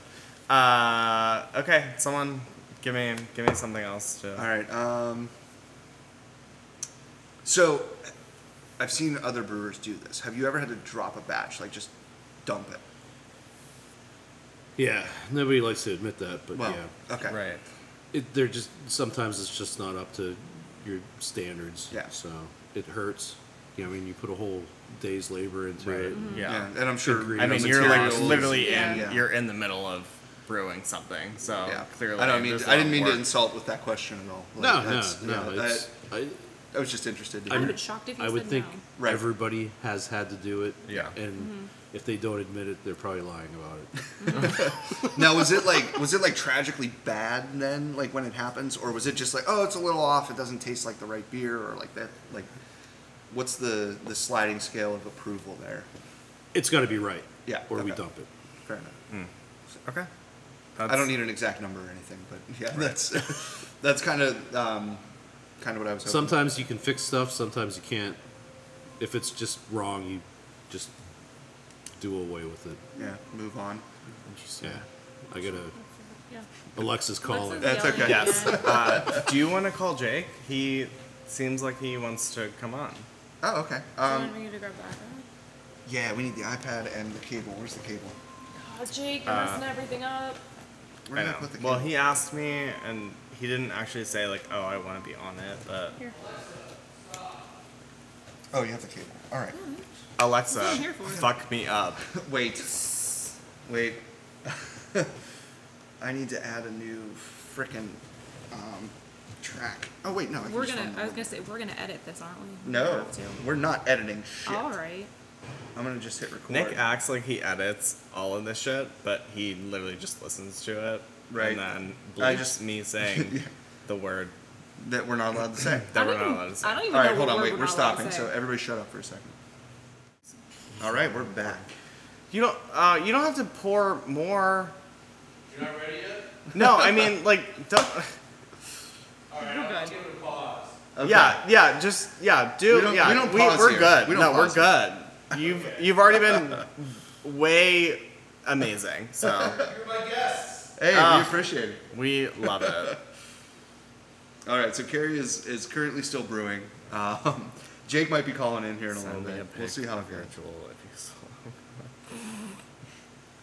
S2: Uh, okay, someone give me give me something else to.
S1: All right. Um, so, I've seen other brewers do this. Have you ever had to drop a batch, like just dump it?
S3: Yeah, nobody likes to admit that, but
S1: Well,
S3: yeah.
S1: okay.
S2: Right.
S3: it, they're just sometimes it's just not up to your standards.
S1: Yeah.
S3: So it hurts. You know, I mean, you put a whole day's labor into
S2: Right.
S3: it.
S4: Mm-hmm.
S2: Yeah.
S1: and I'm sure.
S3: Agreed.
S2: I mean, you're like
S1: materials-
S2: literally
S4: Yeah.
S2: in.
S1: Yeah.
S2: You're in the middle of brewing something, so
S1: Yeah,
S2: clearly.
S1: I don't mean.
S2: there's a
S1: I didn't
S2: lot
S1: mean
S2: of
S1: to
S2: work.
S1: insult with that question at all. Like,
S3: No,
S1: that's-
S3: no, no.
S1: yeah,
S3: it's, I,
S1: I, I was just interested. To
S4: I
S1: hear.
S4: would be shocked if you
S3: I would
S4: said
S3: think
S4: no. Mm-hmm.
S1: Right.
S3: everybody has had to do it.
S2: Yeah.
S3: And if they don't admit it, they're probably lying about it.
S1: now, was it like was it like tragically bad then, like when it happens, or was it just like, oh, it's a little off, it doesn't taste like the right beer, or like that, like, what's the the sliding scale of approval there?
S3: It's got to be right.
S1: Yeah,
S3: Or we
S1: okay.
S3: dump it.
S1: Fair enough.
S2: Okay.
S1: I don't need an exact number or anything, but yeah, that's that's kind of um, kind of what I was. Hoping.
S3: Sometimes you can fix stuff. Sometimes you can't. If it's just wrong, you just do away with it.
S1: Yeah, move on.
S3: Yeah, I gotta.
S4: Yeah.
S3: Alexa's calling.
S1: That's
S4: yelling
S1: okay.
S4: at
S2: Yes.
S4: you.
S2: Uh, do you want to call Jake? He seems like he wants to come on.
S1: Oh, okay.
S4: Do you
S1: Um,
S4: want me to grab that?
S1: yeah, we need the iPad and the cable. Where's the cable?
S4: Oh, Jake,
S1: uh,
S4: you're messing everything up.
S1: Where did
S2: I
S1: I
S2: know.
S1: put the cable?
S2: Well, he asked me, and he didn't actually say like, "Oh, I want to be on it." But
S4: Here.
S1: oh, you have the cable. All right.
S2: Alexa,
S4: That's what I'm here for.
S2: fuck me up.
S1: Wait. Wait. I need to add a new frickin' um, track. Oh wait, no. I can
S4: We're
S1: just
S4: gonna.
S1: find the
S4: I was gonna
S1: one.
S4: say we're gonna edit this, aren't we? We
S1: No,
S4: have to.
S1: we're not editing shit.
S4: All right.
S1: I'm gonna just hit record.
S2: Nick uh, acts like he edits all of this shit, but he literally just listens to it.
S1: Right.
S2: And then
S1: I
S2: bleeps
S1: just-
S2: me saying
S1: Yeah.
S2: the word
S1: that we're not allowed to say.
S2: that
S4: I
S2: we're
S4: don't
S2: not
S4: even-
S2: allowed to
S4: I don't
S2: say.
S4: even
S1: All
S4: know
S1: right, hold
S4: what
S1: on,
S4: word
S1: wait. We're
S4: not allowed to
S1: stopping.
S4: say.
S1: So everybody, shut up for a second. All right, we're back.
S2: You don't. Uh, you don't have to pour more. You're not ready yet. No, I mean like don't.
S4: We're good.
S1: Okay.
S2: Yeah, yeah, just yeah, do
S1: We don't-
S2: yeah.
S1: we don't
S2: we,
S1: pause
S2: are
S1: here.
S2: good.
S1: We don't
S2: no, we're
S1: pause
S2: good. You've you've already been way amazing. So
S1: Hey,
S2: Ah.
S1: we appreciate it.
S2: we love it.
S1: All right, so Carrie is is currently still brewing. Um, Jake might be calling in here in a
S2: Send me
S1: little
S2: a
S1: bit. We'll
S2: pic
S1: see how it
S2: of your
S1: goes.
S2: jewel if you saw.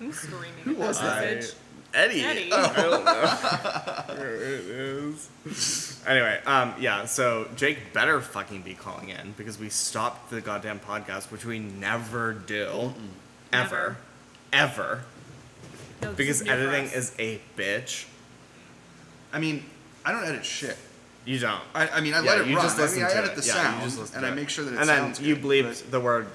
S4: I'm screaming.
S1: Who
S4: at that
S1: was that?
S4: message.
S2: Eddie.
S4: Eddie.
S2: I don't know where it is. Anyway, um, yeah, so Jake better fucking be calling in because we stopped the goddamn podcast, which we never do. Ever. Ever.
S4: No, this
S2: Because
S4: new for
S2: editing
S4: us.
S2: is a bitch.
S1: I mean, I don't edit shit.
S2: You don't.
S1: I, I mean, I
S2: Yeah,
S1: let it
S2: you
S1: run.
S2: just
S1: I
S2: listen
S1: mean, I
S2: to
S1: edit
S2: it.
S1: the
S2: Yeah, you
S1: sound
S2: just listen
S1: and
S2: to
S1: I
S2: it.
S1: make sure that it
S2: and then
S1: sounds
S2: you
S1: good,
S2: bleeped the word.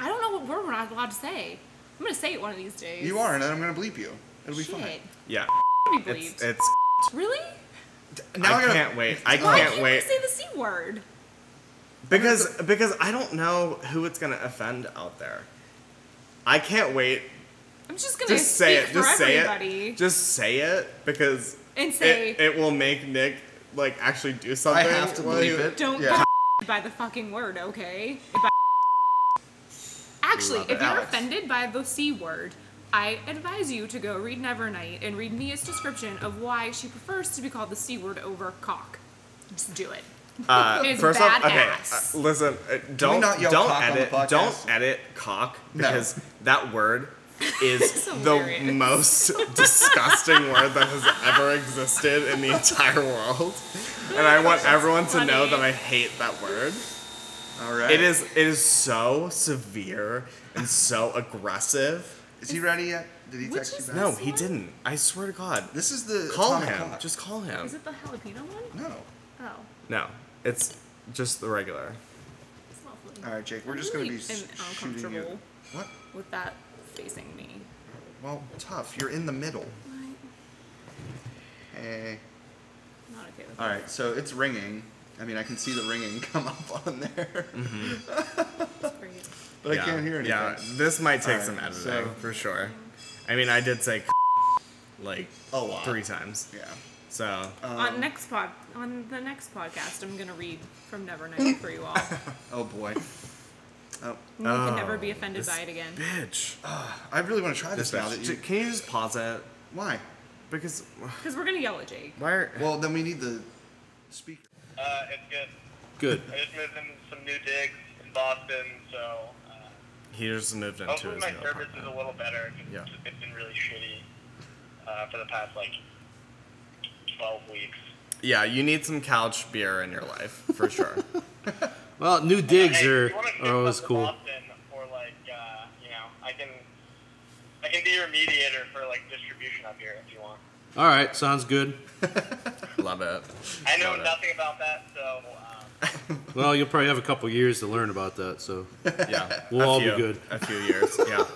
S4: I don't know what word we're not allowed to say. I'm gonna say it one of these days.
S1: but You are, and then I'm gonna bleep you. It'll be
S4: Shit.
S1: fine.
S2: Yeah,
S4: Be
S2: it's
S4: believed.
S2: it's.
S4: really?
S1: Now
S2: I
S1: I gotta-
S2: can't wait. I
S4: Why
S2: can't
S4: can't
S2: wait
S4: we say the c word?
S2: because because I don't know who it's gonna offend out there. I can't wait.
S4: I'm just gonna
S2: Just say
S4: speak
S2: it. Just
S4: for
S2: say
S4: everybody
S2: it. Just say it because
S4: and say
S2: it, it will make Nick like actually do
S1: I
S2: something.
S1: have to
S2: while
S1: bleep
S2: you-
S1: it.
S4: don't
S1: Yeah.
S4: by the fucking word, okay? By- Actually,
S2: Love
S4: if
S2: it.
S4: you're
S1: Alex.
S4: offended by the c word, I advise you to go read Nevernight and read Mia's description of why she prefers to be called the c word over cock. Just do it.
S2: Uh,
S4: It's
S2: first off, okay.
S4: badass.
S2: Uh, listen, uh, don't
S1: not yell
S2: don't
S1: cock on the
S2: edit
S1: podcast?
S2: don't edit cock
S1: No.
S2: because that word is
S4: It's
S2: the
S4: hilarious.
S2: most disgusting word that has ever existed in the entire world, and I want everyone to know
S4: funny.
S2: that I hate that word.
S1: All right.
S2: It is it is so severe and so aggressive.
S1: Is he ready yet? Did he
S4: Which
S1: text
S4: is-
S1: you back?
S2: No, he didn't. I swear to God.
S1: This is the
S2: Call
S1: atomic
S2: him.
S1: clock.
S2: Just call
S4: Is
S2: him.
S4: it the jalapeno one?
S1: no.
S4: Oh,
S2: No, it's just the regular.
S4: it's lovely.
S1: All right, Jake. We're just gonna be
S4: Really
S1: s-
S4: am
S1: shooting you.
S4: uncomfortable
S1: What?
S4: with that facing me.
S1: Well, tough. You're in the middle. Hey.
S4: Not okay with
S1: All right. So it's ringing. I mean, I can see the ringing come up on there,
S4: that. Great.
S1: but
S2: Yeah,
S1: I can't hear anything.
S2: Yeah, this might take
S1: Alright,
S2: some editing
S1: so-
S2: for sure. I mean, I did say like
S1: A lot. Oh.
S2: three times.
S1: Yeah.
S2: So
S4: on next pod, on the next podcast, I'm gonna read from Nevernight for you all.
S1: Oh boy. Oh,
S4: And you can
S2: Oh,
S4: never be offended
S2: this
S4: by it again.
S2: bitch.
S1: I really want to try
S2: This
S1: this Oh, now.
S2: bitch.
S1: That
S2: J-
S1: you,
S2: Can you just pause it?
S1: why?
S2: Because
S4: Because we're gonna yell at Jake.
S2: why are
S1: Well, then we need the speaker.
S7: Uh, it's good.
S3: Good.
S7: I just moved in some new digs in Boston, so uh,
S2: he just moved into
S7: hopefully
S2: his
S7: my
S2: new
S7: service is a
S2: apartment?
S7: little better. 'cause
S2: Yeah.
S7: It's been really shitty uh, for the past like 12 weeks. Uh,
S2: Yeah, you need some couch beer in your life for sure.
S3: Well, new digs
S7: Hey, if
S3: are,
S7: you wanna ship
S3: are always
S7: stuff to
S3: cool.
S7: Boston, or like uh, you know, I can I can be your mediator for like distribution up here if you want.
S3: All right, sounds good.
S2: Love it.
S7: I know
S2: Love it.
S7: nothing about that, so um,
S3: Well, you'll probably have a couple years to learn about that. So,
S2: Yeah,
S3: We'll
S2: a
S3: all be
S2: few-
S3: good.
S2: A few years. Yeah.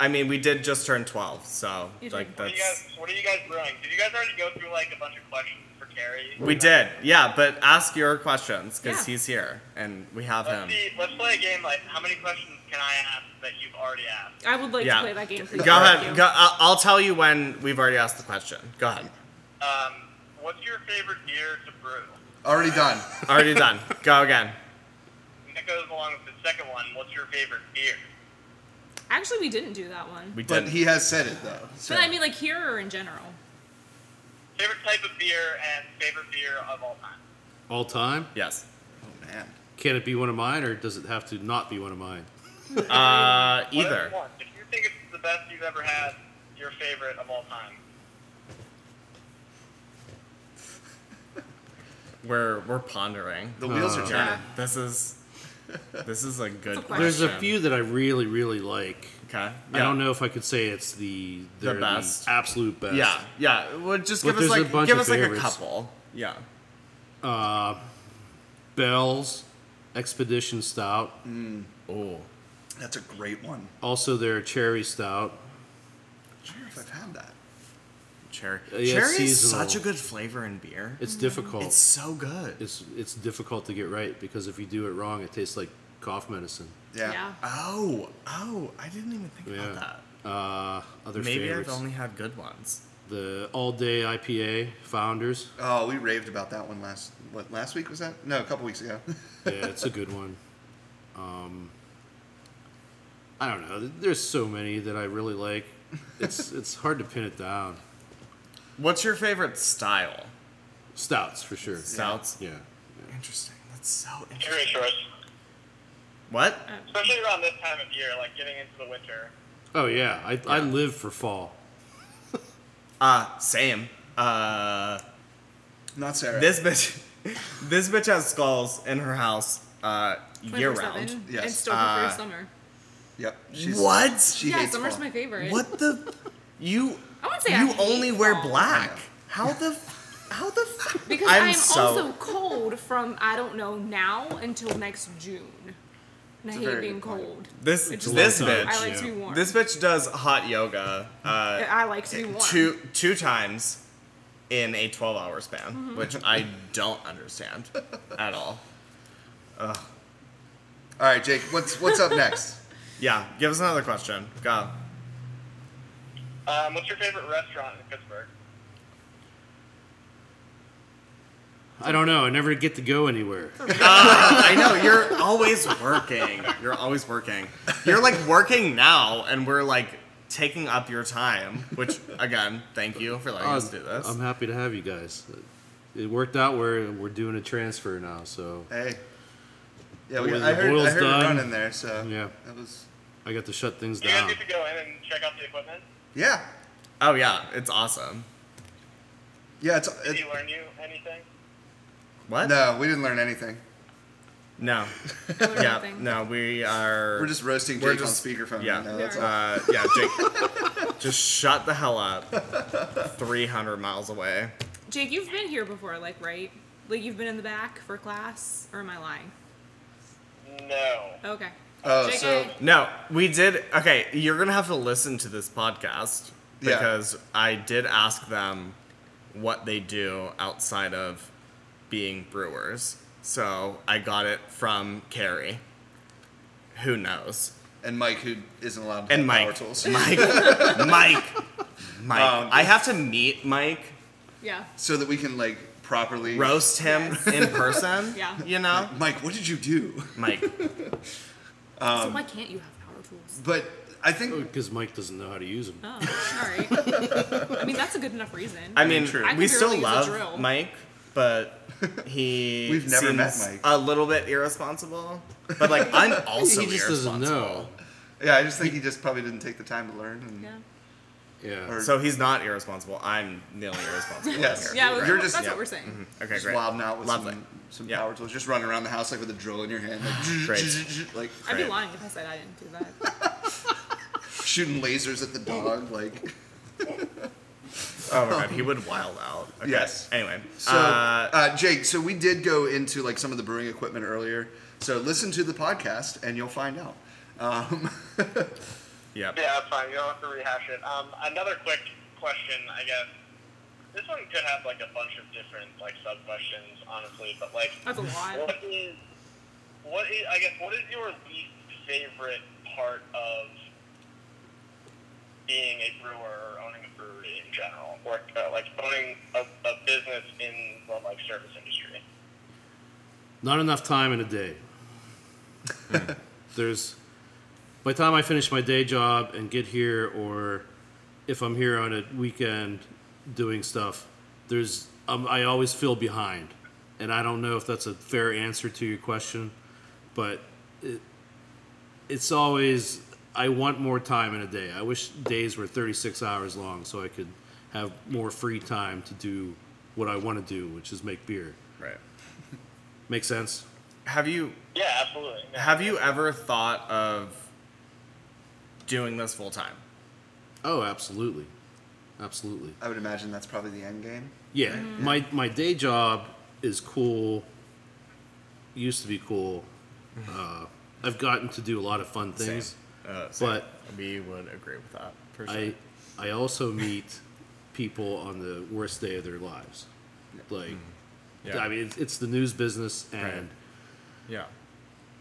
S2: I mean, we did just turn twelve, so
S4: You did.
S2: like
S7: what are you guys
S2: that's.
S7: what are you guys brewing? Did you guys already go through like a bunch of questions for Carrie?
S2: We
S7: Uh,
S2: did, yeah, but ask your questions because
S4: Yeah.
S2: he's here and we have
S7: Let's
S2: him.
S7: see. Let's play a game. Like, how many questions can I ask that you've already asked?
S4: I would like
S2: yeah.
S4: to play that game. Please.
S2: Go
S4: Thank
S2: ahead.
S4: you.
S2: Go, I- I'll tell you when we've already asked the question. Go ahead.
S7: Um, what's your favorite beer to brew?
S1: Already done.
S2: Already done. Go again.
S7: And that goes along with the second one. What's your favorite beer?
S4: Actually, we didn't do that one.
S2: We did.
S1: But he has said it though. So.
S4: But I mean, like here or in general.
S7: Favorite type of beer and favorite beer of all time.
S3: All time?
S2: yes.
S1: oh man,
S3: Can it be one of mine, or does it have to not be one of mine?
S2: Uh,
S7: Whatever
S2: either.
S7: you want. If you think it's the best you've ever had, your favorite of all time.
S2: We're we're pondering.
S1: the wheels are
S3: Uh,
S1: turning.
S4: Yeah.
S2: This is this is a good.
S4: It's a question.
S3: There's a
S2: question.
S3: few that I really, really like.
S2: Okay.
S3: I
S2: Yeah.
S3: don't know if I could say it's the they're the
S2: best.
S3: absolute best.
S2: Yeah, yeah. Well, just
S3: But
S2: give
S3: there's
S2: us
S3: a
S2: like
S3: bunch
S2: give
S3: of
S2: us like a
S3: favorites.
S2: couple. Yeah.
S3: Bell's Expedition Stout.
S2: Oh.
S1: That's a great one.
S3: Also their cherry stout.
S1: I don't know if I've had that.
S2: Cherry.
S3: Uh, yeah,
S2: cherry is
S3: seasonal.
S2: such a good flavor in beer. Mm. It's,
S3: It's difficult. It's,
S2: so good.
S3: it's difficult to get right because if you do it wrong, it tastes like cough medicine.
S1: Yeah.
S2: oh, oh! I didn't even think
S3: Yeah.
S2: about that.
S3: Uh, other
S2: Maybe
S3: favorites.
S2: I've only had good ones.
S3: the All Day IPA Founders.
S1: Oh, we raved about that one last. What last week was that? No, a couple weeks ago.
S3: yeah, it's a good one. Um, I don't know. There's so many that I really like. It's it's hard to pin it down.
S2: What's your favorite style?
S3: Stouts for sure.
S2: Stouts.
S3: Yeah.
S2: Interesting. That's so interesting.
S7: Curious choice.
S2: What?
S7: Especially around this time of year, like getting into the winter.
S3: Oh yeah, I I live for fall.
S2: Uh, same. Uh,
S1: Not Sarah.
S2: this bitch, this bitch has skulls in her house, uh, year
S4: 24/7,
S2: round.
S1: Yes.
S4: And still prefer
S2: Uh,
S4: summer.
S1: Yep. She's,
S2: What?
S1: She
S4: yeah,
S1: hates
S4: summer's
S1: fall.
S4: my favorite.
S2: What the? You.
S4: I wouldn't say I
S2: You
S4: hate
S2: only wear
S4: fall.
S1: I
S2: black.
S1: know.
S2: How the? f- How the? f-
S4: Because
S2: I'm
S4: I'm,
S2: so-
S4: also cold from I don't know now until next June. And I
S1: a
S4: hate
S1: very
S4: being
S1: good point.
S4: cold.
S2: This
S4: It's just
S2: this
S3: like-
S2: bitch.
S4: I like to be
S3: Yeah.
S4: warm.
S2: This bitch does hot yoga. Uh,
S4: I like to be warm.
S2: two two times in a 12 hour span, which I don't understand at all.
S1: All right, Jake. What's what's up next?
S2: Yeah, give us another question. Go.
S7: Um, what's your favorite restaurant in Pittsburgh?
S3: I don't know. I never get to go anywhere.
S2: I know you're always working. You're always working. You're like working now, and we're like taking up your time. Which again, thank you for letting
S1: Um,
S2: us do this.
S3: I'm happy to have you guys. It worked out where we're doing a transfer now, so
S1: Hey. Yeah, we,
S3: When
S1: I
S3: the
S1: heard, I
S3: boil's
S1: heard
S3: done.
S1: a run in there, so
S3: Yeah.
S1: that was
S3: I got to shut things
S7: Do you guys
S3: down.
S7: get to go in and check out the equipment?
S1: yeah,
S2: oh yeah, it's awesome.
S1: yeah. It's
S7: Did
S1: it,
S7: he learn you anything?
S2: What?
S1: no, we didn't learn anything.
S2: No.
S4: Or
S2: Yeah.
S4: something.
S2: No, we are.
S1: We're just roasting
S2: We're
S1: Jake
S2: just-
S1: on speakerphone.
S2: Yeah.
S1: right now, that's all.
S2: Uh, yeah, Jake. just shut the hell up. 300 miles away.
S4: Jake, you've been here before, like right? Like you've been in the back for class, or am I lying?
S7: No.
S4: Okay.
S1: Oh,
S4: Jake,
S1: so-
S4: I-
S2: No, we did. Okay, you're going to have to listen to this podcast
S1: Yeah.
S2: because I did ask them what they do outside of being brewers. So I got it from Carrie. Who knows?
S1: and Mike, who isn't allowed to
S2: And
S1: have
S2: Mike.
S1: power tools.
S2: Mike. Mike. Mike.
S1: Um,
S2: I have to meet Mike,
S4: yeah.
S1: so that we can like properly
S2: roast him in person.
S4: Yeah.
S2: You know?
S1: Mike, what did you do?
S2: Mike. um,
S4: so why can't you have power tools?
S1: But I think
S3: Because Mike doesn't know how to use them.
S4: Oh, all right. I mean, that's a good enough reason.
S2: I mean,
S1: true.
S4: I could
S2: we still
S4: barely use a drill.
S2: love Mike, but he
S1: We've never met
S2: seems
S1: Mike.
S2: A little bit irresponsible, but like I'm also
S3: he just
S2: irresponsible.
S3: doesn't know.
S1: yeah, I just think he just probably didn't take the time to learn. And,
S4: yeah.
S3: Yeah.
S1: Or-
S2: So he's not irresponsible. I'm nearly irresponsible.
S1: Yes.
S4: Yeah, well,
S1: You're
S4: that's
S1: just-
S4: what
S1: yeah.
S4: we're saying.
S2: Okay,
S1: Just
S2: great.
S1: wilding out with
S2: Lovely.
S1: some, some
S2: Yeah.
S1: power tools, just running around the house like with a drill in your hand, like,
S2: Great.
S1: like
S4: I'd be
S2: Right.
S4: lying if I said I didn't do that.
S1: shooting lasers at the dog. Like
S2: Oh my god, he would wild out. Okay.
S1: Yes.
S2: Anyway,
S1: so,
S2: uh,
S1: uh, Jake. So we did go into like some of the brewing equipment earlier. So listen to the podcast and you'll find out. Um,
S2: yeah.
S7: Yeah, that's fine. You don't have to rehash it. Um, another quick question, I guess. This one could have like a bunch of different like sub questions, honestly. But like,
S4: That's a lot.
S7: what is what is I guess what is your least favorite part of being a brewer or owning a brewery in general, or uh, like owning a, a business in the like service industry?
S3: Not enough time in a day. There's, by the time I finish my day job and get here, or if I'm here on a weekend doing stuff, there's um, I always feel behind, and I don't know if that's a fair answer to your question, but it, it's always I want more time in a day. I wish days were 36 hours long so I could have more free time to do what I want to do, which is make beer.
S2: Right.
S3: Make sense?
S2: Have you
S7: Yeah, absolutely. No,
S2: have you ever thought of doing this full time?
S3: Oh, absolutely, absolutely.
S1: I would imagine that's probably the end game.
S3: Yeah,
S2: Mm.
S3: my my day job is cool. Used to be cool.
S2: Mm-hmm.
S3: Uh, I've gotten to do a lot of fun things,
S2: Uh, so
S3: but
S2: we would agree with that. For sure.
S3: I I also meet people on the worst day of their lives. Like,
S2: Mm, yeah.
S3: I mean, it's, it's the news business, and
S2: yeah.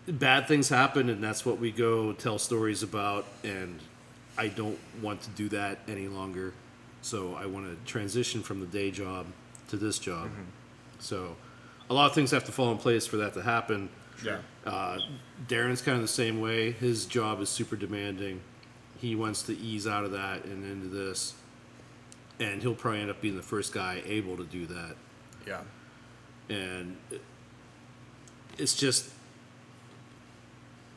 S3: bad things happen, and that's what we go tell stories about. And I don't want to do that any longer, so I want to transition from the day job to this job. So, a lot of things have to fall in place for that to happen.
S2: Yeah.
S3: Uh, Darren's kind of the same way. His job is super demanding. He wants to ease out of that and into this, and he'll probably end up being the first guy able to do that.
S2: Yeah.
S3: And it- it's just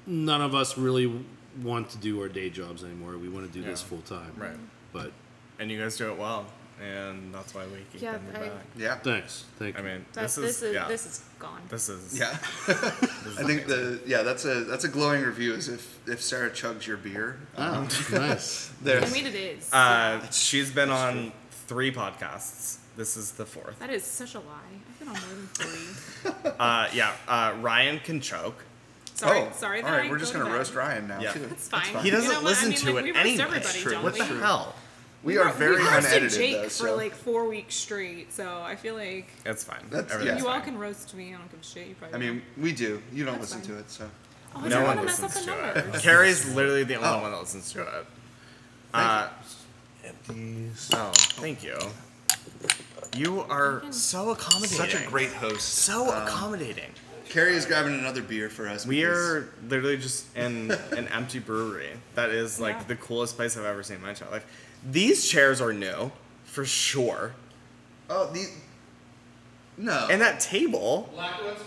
S3: none of us really want to do our day jobs anymore. We want to do this
S2: Yeah.
S3: full time,
S2: Right.
S3: But
S2: And you guys do it well, and that's why we keep
S4: Yeah,
S2: coming
S4: I-
S2: back.
S1: Yeah.
S3: thanks, thank
S2: I
S3: you.
S2: mean,
S4: That's,
S2: this is, yeah.
S4: this is gone.
S2: This is
S1: Yeah.
S2: this is
S1: I think
S2: amazing.
S1: the yeah that's a that's a glowing review. Is if if Sarah chugs your beer,
S3: Oh, nice.
S1: there's
S4: I mean, it is.
S2: uh, she's been on three podcasts. This is the fourth.
S4: that is such a lie. I've been on more than
S1: Oh,
S4: three.
S2: Uh, yeah, uh, Ryan can choke.
S4: Sorry,
S1: oh,
S4: sorry. That
S1: all
S4: I
S1: right, we're
S4: go
S1: just
S4: to
S1: gonna
S4: bed.
S1: roast Ryan now
S2: Yeah.
S1: too.
S4: That's fine.
S2: He doesn't
S4: You know what?
S2: listen
S4: I mean,
S2: to
S4: like,
S2: it
S4: we roast
S2: anyway.
S4: everybody,
S1: True.
S4: don't
S2: What
S4: we?
S2: the hell?
S1: We are very
S4: we roasted
S1: unedited
S4: Jake
S1: though,
S4: for
S1: so
S4: like four weeks straight, so I feel like
S2: It's fine.
S1: That's-
S2: Everything's
S1: yeah.
S4: you all
S2: fine.
S4: can roast me. I don't give a shit. You probably.
S1: I mean, we do. You don't
S4: That's
S1: listen
S4: fine.
S1: to it, so
S4: oh, I
S2: No
S4: don't
S2: one
S4: wanna mess up
S2: listens
S4: the
S2: to
S4: numbers.
S2: it. Carrie's literally the only
S1: Oh.
S2: one that listens to it. Uh, oh, thank you. You are so accommodating.
S1: such a great Um, host.
S2: so accommodating.
S1: Carrie is grabbing another beer for us.
S2: We
S1: because-
S2: are literally just in an empty brewery. That is like
S4: Yeah.
S2: the coolest place I've ever seen in my entire life. These chairs are new, for sure.
S1: Oh, the. No.
S2: And that table.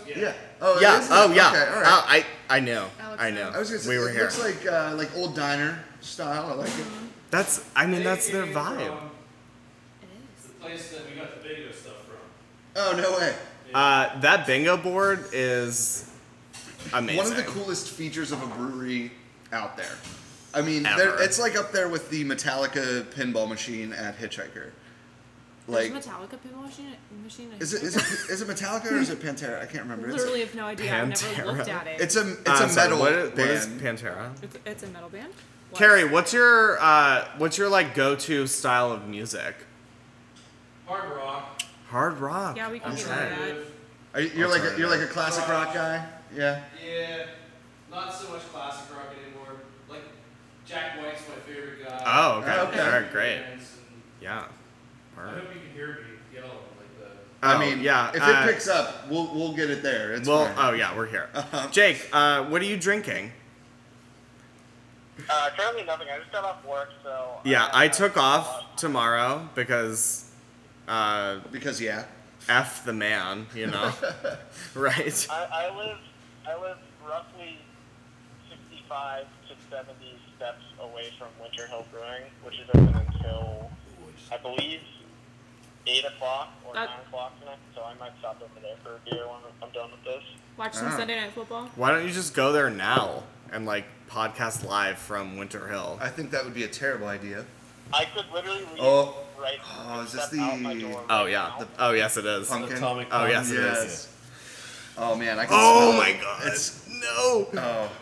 S1: yeah. Oh, it
S2: yeah.
S1: is?
S2: Oh, yeah.
S1: Okay, all
S2: Oh,
S1: right.
S2: I I know. I know.
S1: I was gonna say
S2: we were
S1: it
S2: here.
S1: looks like uh, like old diner style. I like it.
S4: Mm-hmm.
S2: that's. I mean, that's their vibe.
S1: um,
S3: The place that we got the bingo stuff from.
S1: Oh no way!
S2: Uh, that bingo board is amazing.
S1: One of the coolest features of a brewery out there. I mean,
S2: Ever.
S1: they're- it's like up there with the Metallica pinball machine at Hitchhiker. Like,
S4: There's a Metallica pinball machine. machine
S1: is it is it is it Metallica or is it Pantera? I can't remember. It's,
S4: Literally have no idea. I've never looked
S2: Pantera.
S4: at it.
S1: it's a it's
S2: Uh,
S1: a
S2: sorry,
S1: metal
S2: what is-
S1: band.
S2: What is Pantera?
S4: it's, it's a metal band. What?
S2: Carrie, what's your uh, what's your like go to style of music?
S3: Hard rock.
S2: Hard rock.
S4: Yeah, we can get
S2: Okay.
S4: rid of that.
S1: Are you, you're like a, you're like a classic rock guy. Yeah.
S3: Yeah, not so much classic rock anymore. Like Jack White's my favorite guy.
S2: Oh, okay.
S1: Oh, okay.
S2: All right, great. Yeah.
S3: I
S2: Alright.
S3: hope you can hear me yell like that.
S1: I
S2: Oh,
S1: mean,
S2: yeah.
S1: If
S2: uh,
S1: it picks up, we'll we'll get it there. It's
S2: well,
S1: fine. Uh-huh.
S2: oh yeah, we're here. Jake, uh, what are you drinking?
S7: Uh, currently nothing. I just got off work, so.
S2: Yeah,
S7: uh,
S2: I took off tomorrow because uh,
S1: because yeah.
S2: f the man, you know, right?
S7: I, I live, I live roughly 65 to 70 steps away from Winter Hill Brewing, which is open until I believe eight o'clock or
S4: That-
S7: nine o'clock tonight. So I might stop over there for a beer when I'm done with this.
S4: Watch some
S1: Ah.
S4: Sunday Night Football.
S2: Why don't you just go there now and like podcast live from Winter Hill?
S1: I think that would be a terrible idea.
S7: I could literally leave
S1: Oh.
S7: right.
S1: Oh, is this
S7: step out my
S1: the-
S7: door right
S2: Oh yeah.
S7: now.
S2: Oh yes, it is.
S1: Pumpkin.
S3: Atomic
S2: Oh yes, it
S1: yes.
S2: is.
S1: Oh man, I can
S2: Oh
S1: smell
S2: my
S1: it.
S2: god.
S1: It's
S2: no.
S1: oh.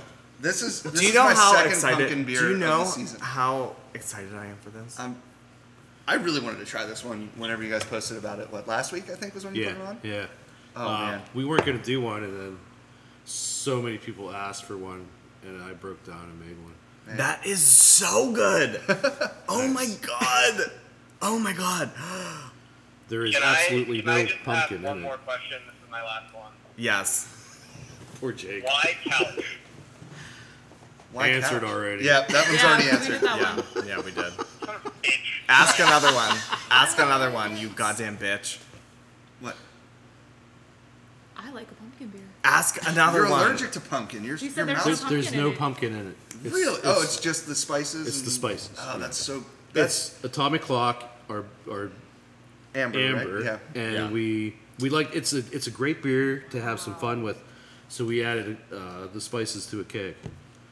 S1: This is this
S2: do you
S1: is
S2: know
S1: my
S2: how
S1: second pumpkin
S2: excited?
S1: beer
S2: do you
S1: of
S2: know
S1: the season.
S2: how excited I am for this?
S1: Um, I really wanted to try this one whenever you guys posted about it. What last week I think was when you
S3: Yeah,
S1: put it on.
S3: yeah.
S1: Oh
S3: Um,
S1: man.
S3: we weren't gonna do one, and then so many people asked for one, and I broke down and made one.
S2: That is so good. oh my god. Oh my god.
S3: There is
S7: Can I-
S3: absolutely
S7: can I
S3: no
S7: just ask
S3: pumpkin
S7: one
S3: in
S7: more
S3: it.
S7: question. This is my last one.
S2: Yes.
S3: Poor Jake.
S7: Why couch?
S1: Why
S3: answered
S1: couch?
S3: already.
S1: Yeah, that one's
S4: Yeah,
S1: already
S4: we did
S1: answered.
S4: that
S2: Yeah,
S4: one.
S2: yeah, we did. Ask another one. Ask another one, you goddamn bitch.
S1: What?
S4: I like a pumpkin beer.
S2: Ask another
S1: You're
S2: one.
S1: allergic to pumpkin. Your,
S4: She said
S1: your
S4: there's
S1: mouth.
S4: no
S3: There's, there's
S4: pumpkin
S3: no
S4: in it.
S3: pumpkin in it. It's-
S1: really? oh, it's just the spices.
S3: it's the
S1: and-
S3: spices.
S1: Oh, that's so. That's
S3: it's atomic clock or or
S1: amber.
S3: amber,
S1: Right? Yeah.
S3: and
S2: Yeah.
S3: we we like it's a it's a great beer to have some fun with. So we added uh, the spices to a keg.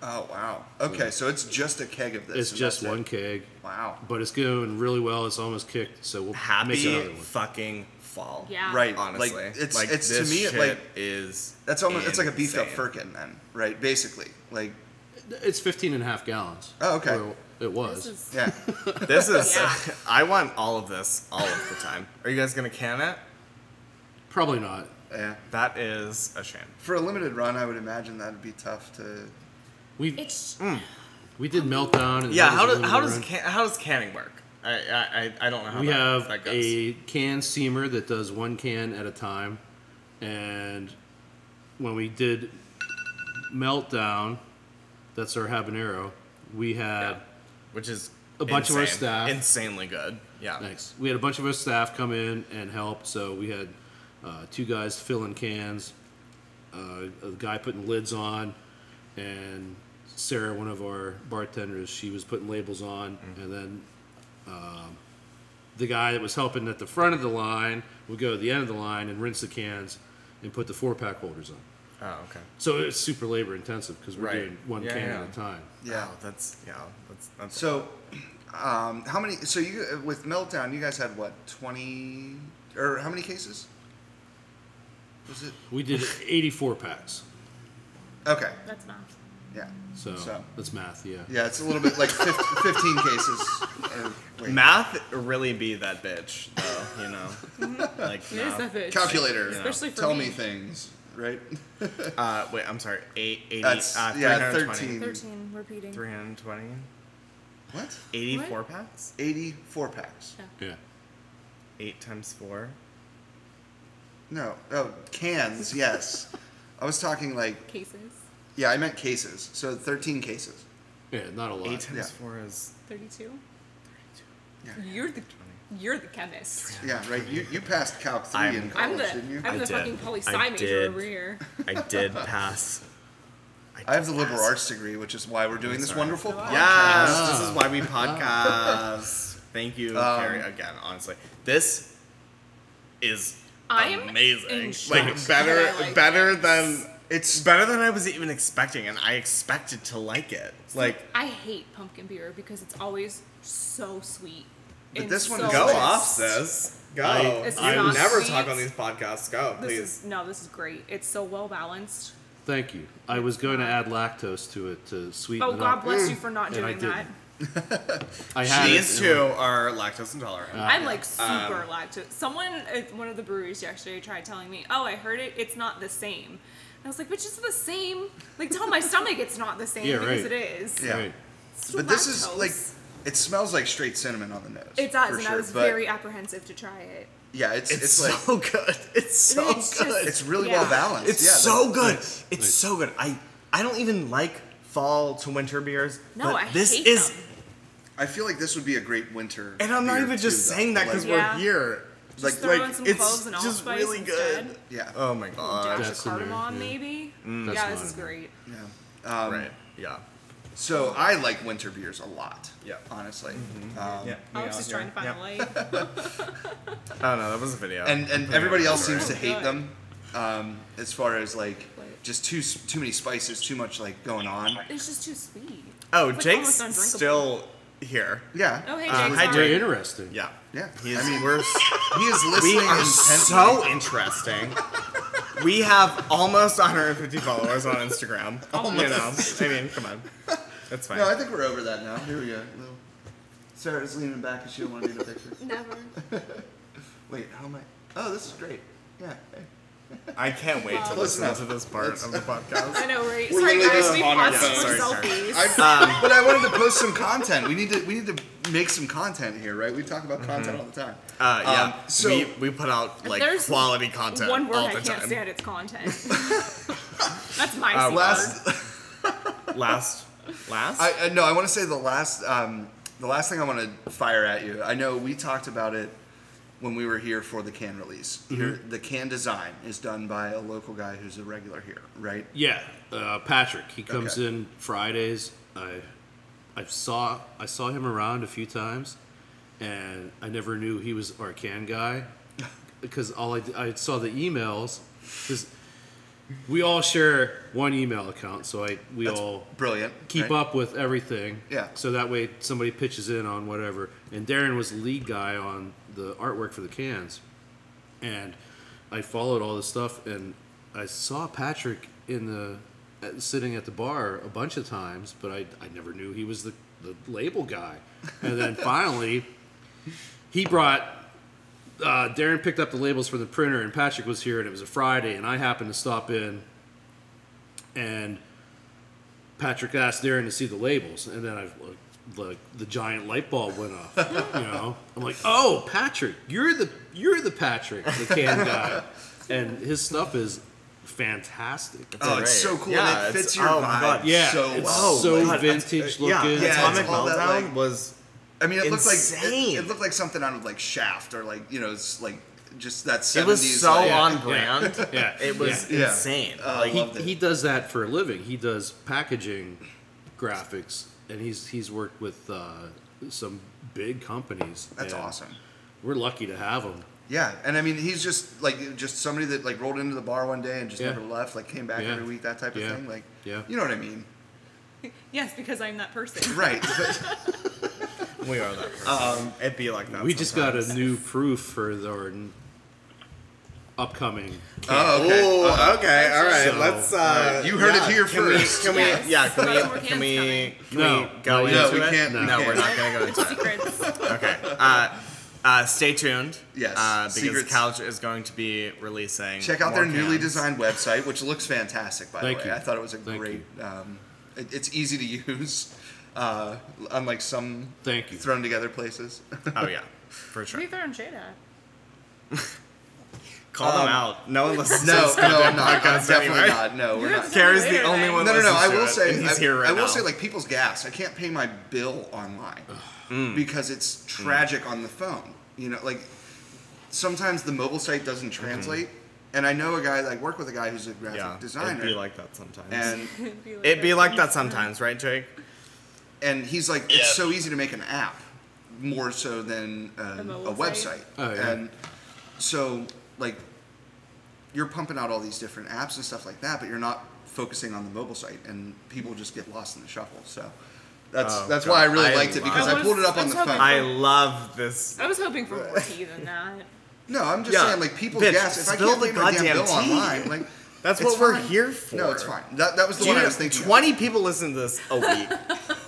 S1: Oh wow. Okay, so it's just a keg of this.
S3: It's
S1: and
S3: just
S1: that's it.
S3: one keg,
S1: Wow.
S3: but it's going really well. It's almost kicked, so we'll make
S2: Happy
S3: another one.
S2: fucking fall.
S4: Yeah.
S1: Right.
S2: Honestly,
S1: Like, it's
S2: Like,
S1: it's to
S2: this
S1: me it,
S2: shit
S1: like
S2: is
S1: that's almost it's like a beefed up
S2: insane.
S1: firkin then, right? Basically, like
S3: It's 15 and a half gallons.
S1: Oh, okay.
S3: Well, it
S4: This
S3: was.
S4: is
S1: yeah.
S2: This is.
S4: Yeah.
S2: I want all of this all of the time. Are you guys gonna can it?
S3: Probably not.
S1: yeah.
S2: That is a shame.
S1: For a limited run, I would imagine that'd be tough to.
S3: We
S4: it's
S3: we did meltdown. And
S2: Yeah.
S3: that
S2: How
S3: was
S2: does
S3: a
S2: how
S3: limited
S2: does
S3: run.
S2: can, how does canning work? I I, I I don't know how
S3: we
S2: that,
S3: have
S2: that goes.
S3: a can seamer that does one can at a time, and when we did meltdown, that's our habanero. We had
S2: Yeah. which is
S3: A bunch of our
S2: insane.
S3: staff.
S2: insanely good. Yeah.
S3: Thanks. We had a bunch of our staff come in and help. So we had uh, two guys filling cans, uh, a guy putting lids on, and Sarah, one of our bartenders, she was putting labels on.
S2: Mm-hmm.
S3: And then um, the guy that was helping at the front of the line would go to the end of the line and rinse the cans and put the four pack holders on.
S2: Oh okay.
S3: So it's super labor intensive because we're
S2: Right.
S3: doing one
S2: Yeah,
S3: can
S2: yeah.
S3: at a time.
S1: Yeah.
S2: Wow, that's yeah. That's that's.
S1: So, um, how many? So you with meltdown, you guys had what twenty or how many cases? Was it
S3: We did 84 packs.
S1: okay?
S4: that's math.
S1: Yeah.
S3: So,
S1: So.
S3: that's math, yeah.
S1: Yeah, it's a little bit like fif- fifteen cases. Or, wait,
S2: Math really be that bitch, though, you know? like,
S4: It is
S2: no.
S4: that bitch.
S1: calculator.
S4: Especially for
S1: Tell
S4: me.
S1: me things, right?
S2: Uh, wait, I'm sorry. Eight, 80,
S1: That's
S2: uh,
S1: yeah,
S2: 320.
S1: thirteen.
S4: Thirteen repeating.
S2: 320?
S1: What?
S2: 84
S4: What?
S2: packs?
S1: Eighty-four packs.
S3: Yeah.
S2: 8 times 4?
S1: No, oh cans. yes, I was talking like
S4: Cases.
S1: yeah, I meant cases. So thirteen cases.
S3: Yeah, not a lot.
S2: 8 times
S1: Yeah.
S2: 4 is.
S4: Thirty-two.
S1: Yeah.
S4: You're the you're the chemist.
S1: Yeah, right. You, you passed Calc 3
S2: I'm-
S1: in college,
S4: I'm the
S1: didn't Oh, you?
S4: I'm
S2: I
S4: the
S2: did.
S4: fucking poli
S2: I
S4: sci major
S2: did.
S4: over here.
S2: I did pass.
S1: I have the
S2: did
S1: liberal
S2: pass.
S1: arts degree, which is why we're doing this
S2: Sorry.
S1: wonderful podcast.
S2: Yes, this is why we podcast. Thank you,
S1: Um,
S2: Carrie, again, honestly. This is
S4: I'm in
S2: amazing.
S4: shock
S2: Like, better,
S4: that I like
S2: better
S4: this.
S2: than. It's
S1: It's
S2: better than I was even expecting, and I expected to like it. Like,
S4: I hate pumpkin beer because it's always so sweet.
S1: But
S4: and
S1: this one
S4: so
S1: is
S2: Go
S1: Like-
S2: off, sis.
S5: Go.
S3: I-
S4: This is
S5: I
S4: not
S5: never
S4: sweet.
S5: talk on these podcasts. Go,
S4: This
S5: please.
S4: is no, this is great. It's so well balanced.
S3: Thank you. I was going to add lactose to it to sweeten
S4: Oh
S3: it
S4: God
S3: up. Mm.
S4: bless you for not
S3: And I
S4: doing that.
S3: didn't. I had it
S2: These
S3: and
S2: two are lactose intolerant.
S4: I'm like super lactose. Someone at one of the breweries yesterday tried telling me, "Oh, I heard it. It's not the same." And I was like, "But it's the same. Like tell my stomach it's not the same
S3: Yeah,
S4: because
S3: right.
S4: it is."
S1: Yeah.
S3: Right.
S4: It's still
S1: But this is
S4: lactose.
S1: like, it smells like straight cinnamon on the nose.
S4: it does,
S1: for
S4: and I
S1: sure,
S4: was
S1: but
S4: very apprehensive to try it.
S1: Yeah, it's, it's,
S2: It's,
S1: like,
S2: so good. It's so
S4: It's just-
S2: good.
S1: it's really
S4: yeah.
S1: well balanced.
S2: It's
S1: yeah,
S2: so
S1: that-
S2: good.
S3: Nice.
S2: It's
S3: Nice.
S2: so good. I I don't even like fall to winter beers.
S4: No,
S2: but
S4: I
S2: this
S4: hate
S2: is,
S4: them.
S1: I feel like this would be a great winter.
S2: and I'm not
S1: beer,
S2: even
S1: too,
S2: just
S1: though.
S2: saying that because
S1: Like,
S4: Yeah.
S2: we're here.
S4: Just
S1: Like-
S4: throw in
S2: like,
S4: some
S2: it's
S4: cloves and
S2: just
S4: allspice
S2: really good.
S4: instead.
S1: yeah.
S2: Oh my
S4: A dash
S2: god.
S3: That's
S4: of
S3: in there,
S4: cardamom,
S3: yeah.
S4: maybe.
S3: That's
S4: yeah,
S3: not
S4: this is
S3: in there.
S4: great.
S1: yeah. Um,
S2: right. Yeah.
S1: So I like winter beers a lot.
S2: Yeah. Mm-hmm.
S1: Honestly. Um,
S2: Yeah.
S4: Alex is trying to find a light.
S2: Oh no, that was a video.
S1: and and
S2: Yeah,
S1: everybody else
S2: sorry.
S1: seems to hate
S4: Good.
S1: them. Um, as far as like just too s- too many spices, too much like going on.
S4: It's just too sweet.
S2: Oh,
S4: It's, like,
S2: Jake's
S4: almost undrinkable.
S2: still here.
S1: Yeah.
S4: Oh hey, Jake.
S2: Uh, hi,
S4: sorry.
S3: Very interesting.
S2: Yeah.
S1: Yeah.
S2: He's,
S1: I mean,
S2: we're s-
S1: he is listening
S2: we are
S1: intently.
S2: so interesting. we have almost 150 followers on Instagram. You know, I mean, come on. That's fine.
S1: No, I think we're over that now. Here we go. Lou. Sarah's leaning back and she don't want to be in the picture.
S4: Never.
S1: Wait, how am I? Oh, this is great. Yeah. hey.
S2: I can't wait to
S1: Close
S2: listen
S1: enough.
S2: to this part of the podcast.
S4: I know, right?
S1: We're
S4: sorry,
S1: literally
S4: guys,
S1: just
S4: we
S1: on
S2: our
S4: paused
S2: phone.
S4: for
S2: Sorry, sorry.
S4: selfies.
S1: I,
S2: Um,
S1: but I wanted to post some content. We need to we need to make some content here, right? We talk about content all the time.
S2: Uh, yeah,
S1: Um, so
S2: we, we put out
S4: If
S2: like
S4: there's
S2: quality content
S4: One word
S2: all
S4: I
S2: the
S4: can't
S2: time.
S4: stand. It's content. That's my
S2: Uh,
S4: C
S2: last
S4: word.
S2: last Last?
S1: I, I no, I want to say the last um, the last thing I want to fire at you. I know we talked about it when we were here for the can release.
S2: Mm-hmm.
S1: Here, the can design is done by a local guy who's a regular here, right?
S3: Yeah, uh, Patrick. He comes
S1: Okay.
S3: in Fridays. I, I saw I saw him around a few times, and I never knew he was our can guy, because all I, d- I saw the emails, because we all share one email account, so I we all
S1: Brilliant.
S3: keep
S1: right?
S3: up with everything.
S1: Yeah.
S3: So that way somebody pitches in on whatever. And Darren was the lead guy on the artwork for the cans. And I followed all this stuff and I saw Patrick in the at- sitting at the bar a bunch of times, but I, I never knew he was the, the label guy. And then finally he brought uh, Darren picked up the labels for the printer and Patrick was here and it was a Friday and I happened to stop in and Patrick asked Darren to see the labels, and then I like, like the giant light bulb went off. You know, I'm like, oh, Patrick, you're the you're the Patrick, the can guy, and his stuff is fantastic.
S1: Oh, it's so
S2: Great.
S1: cool.
S2: Yeah,
S1: and it
S2: it's-
S1: fits your
S2: oh my
S1: vibe
S2: God.
S3: Yeah,
S1: so
S3: it's
S1: well.
S3: so
S1: Like,
S3: vintage
S2: yeah,
S3: looking.
S1: Yeah,
S2: Atomic
S1: it's all that,
S2: Meltdown
S1: like-
S2: was
S1: I mean, it looked like it,
S2: insane.
S1: it looked like something out of like Shaft or like you know, it's like just that
S2: it
S1: seventies.
S2: was so
S1: like,
S2: on brand.
S3: Yeah,
S2: It was
S1: Yeah. Yeah.
S2: insane.
S1: Uh,
S2: like,
S1: loved
S3: he, he does that for a living. He does packaging, graphics, and he's he's worked with uh, some big companies.
S1: That's
S3: and
S1: awesome.
S3: We're lucky to have him.
S1: Yeah, and I mean, he's just like just somebody that like rolled into the bar one day and just
S3: Yeah.
S1: never left, like came back
S3: Yeah.
S1: every week, that type of
S3: Yeah.
S1: thing. Like,
S3: Yeah.
S1: you know what I mean,
S4: Yes, because I'm that person.
S1: right? But-
S2: we are that person.
S1: Um,
S2: It'd be like that.
S3: we just got
S2: sometimes.
S3: a new proof for the- our n- upcoming.
S1: oh, okay.
S5: Ooh,
S1: Uh,
S5: okay, all right.
S3: So,
S5: let's.
S1: all
S5: Uh,
S1: right, you heard it
S2: yeah,
S1: here
S5: can we-
S1: first.
S5: Can we?
S4: Yes.
S2: Yeah, can
S4: There's more
S2: we, can
S4: cans
S2: we,
S4: coming.
S2: can
S3: No,
S2: we go
S3: no,
S2: into
S1: we
S2: it?
S1: can't- we
S2: No,
S1: can't.
S2: we're not going to go
S4: It's
S2: into it.
S4: secrets.
S2: Okay. Uh, uh, stay tuned.
S1: Yes.
S2: Uh, because
S1: Secrets.
S2: Couch is going to be releasing.
S1: Check out
S2: more
S1: their newly
S2: cans.
S1: designed website, which looks fantastic. By
S3: Thank
S1: the way,
S3: you.
S1: I thought it was a
S3: Thank
S1: great. Um, it, it's easy to use, uh, unlike some
S3: Thank you.
S1: thrown together places.
S2: Oh yeah, for sure.
S4: We found Jada.
S2: Call them out. No one listens.
S1: Um, no,
S2: to
S1: no,
S2: this
S1: I'm
S2: goddamn
S1: not. I'm
S2: podcast
S1: definitely
S2: anyway.
S1: not. No, we're
S4: You're
S1: not.
S4: upset
S2: Carrie's the
S4: Later,
S2: only
S4: right?
S2: one.
S1: No, no, no.
S2: listens
S1: I
S2: to
S1: will
S2: it,
S1: say,
S2: and he's
S1: I,
S2: here right
S1: I will
S2: now.
S1: say, like people's gas. I can't pay my bill online because
S2: Mm.
S1: it's tragic on the phone. You know, like sometimes the mobile site doesn't translate. And I know a guy, like work with a guy who's a graphic
S2: Mm-hmm. yeah,
S1: designer,
S2: it'd be like that sometimes.
S1: and
S4: It'd be like,
S2: it'd be like that sometimes, right, Jake?
S1: and he's like,
S7: Yeah.
S1: it's so easy to make an app more so than um,
S4: A
S1: a,
S4: mobile
S1: website.
S4: site?
S3: Oh, yeah.
S1: And so, like, you're pumping out all these different apps and stuff like that, but you're not focusing on the mobile site, and people just get lost in the shuffle. So that's
S2: Oh,
S1: that's
S2: God.
S1: why I really
S2: I
S1: liked it because
S4: love-
S1: I pulled it up on the
S4: That's how
S1: phone.
S4: they-
S2: I love this.
S4: I was hoping for more tea than that.
S1: no, I'm just
S2: Yeah.
S1: saying, like, people
S2: Bitch,
S1: gas. If I
S2: spill
S1: can't
S2: the
S1: pay my damn
S2: goddamn
S1: bill
S2: tea.
S1: online, like,
S2: That's
S1: it's
S2: what we're
S1: fine.
S2: here for.
S1: No, it's fine. That, that was the
S2: Dude,
S1: one I was thinking. of.
S2: Twenty people listen to this a week.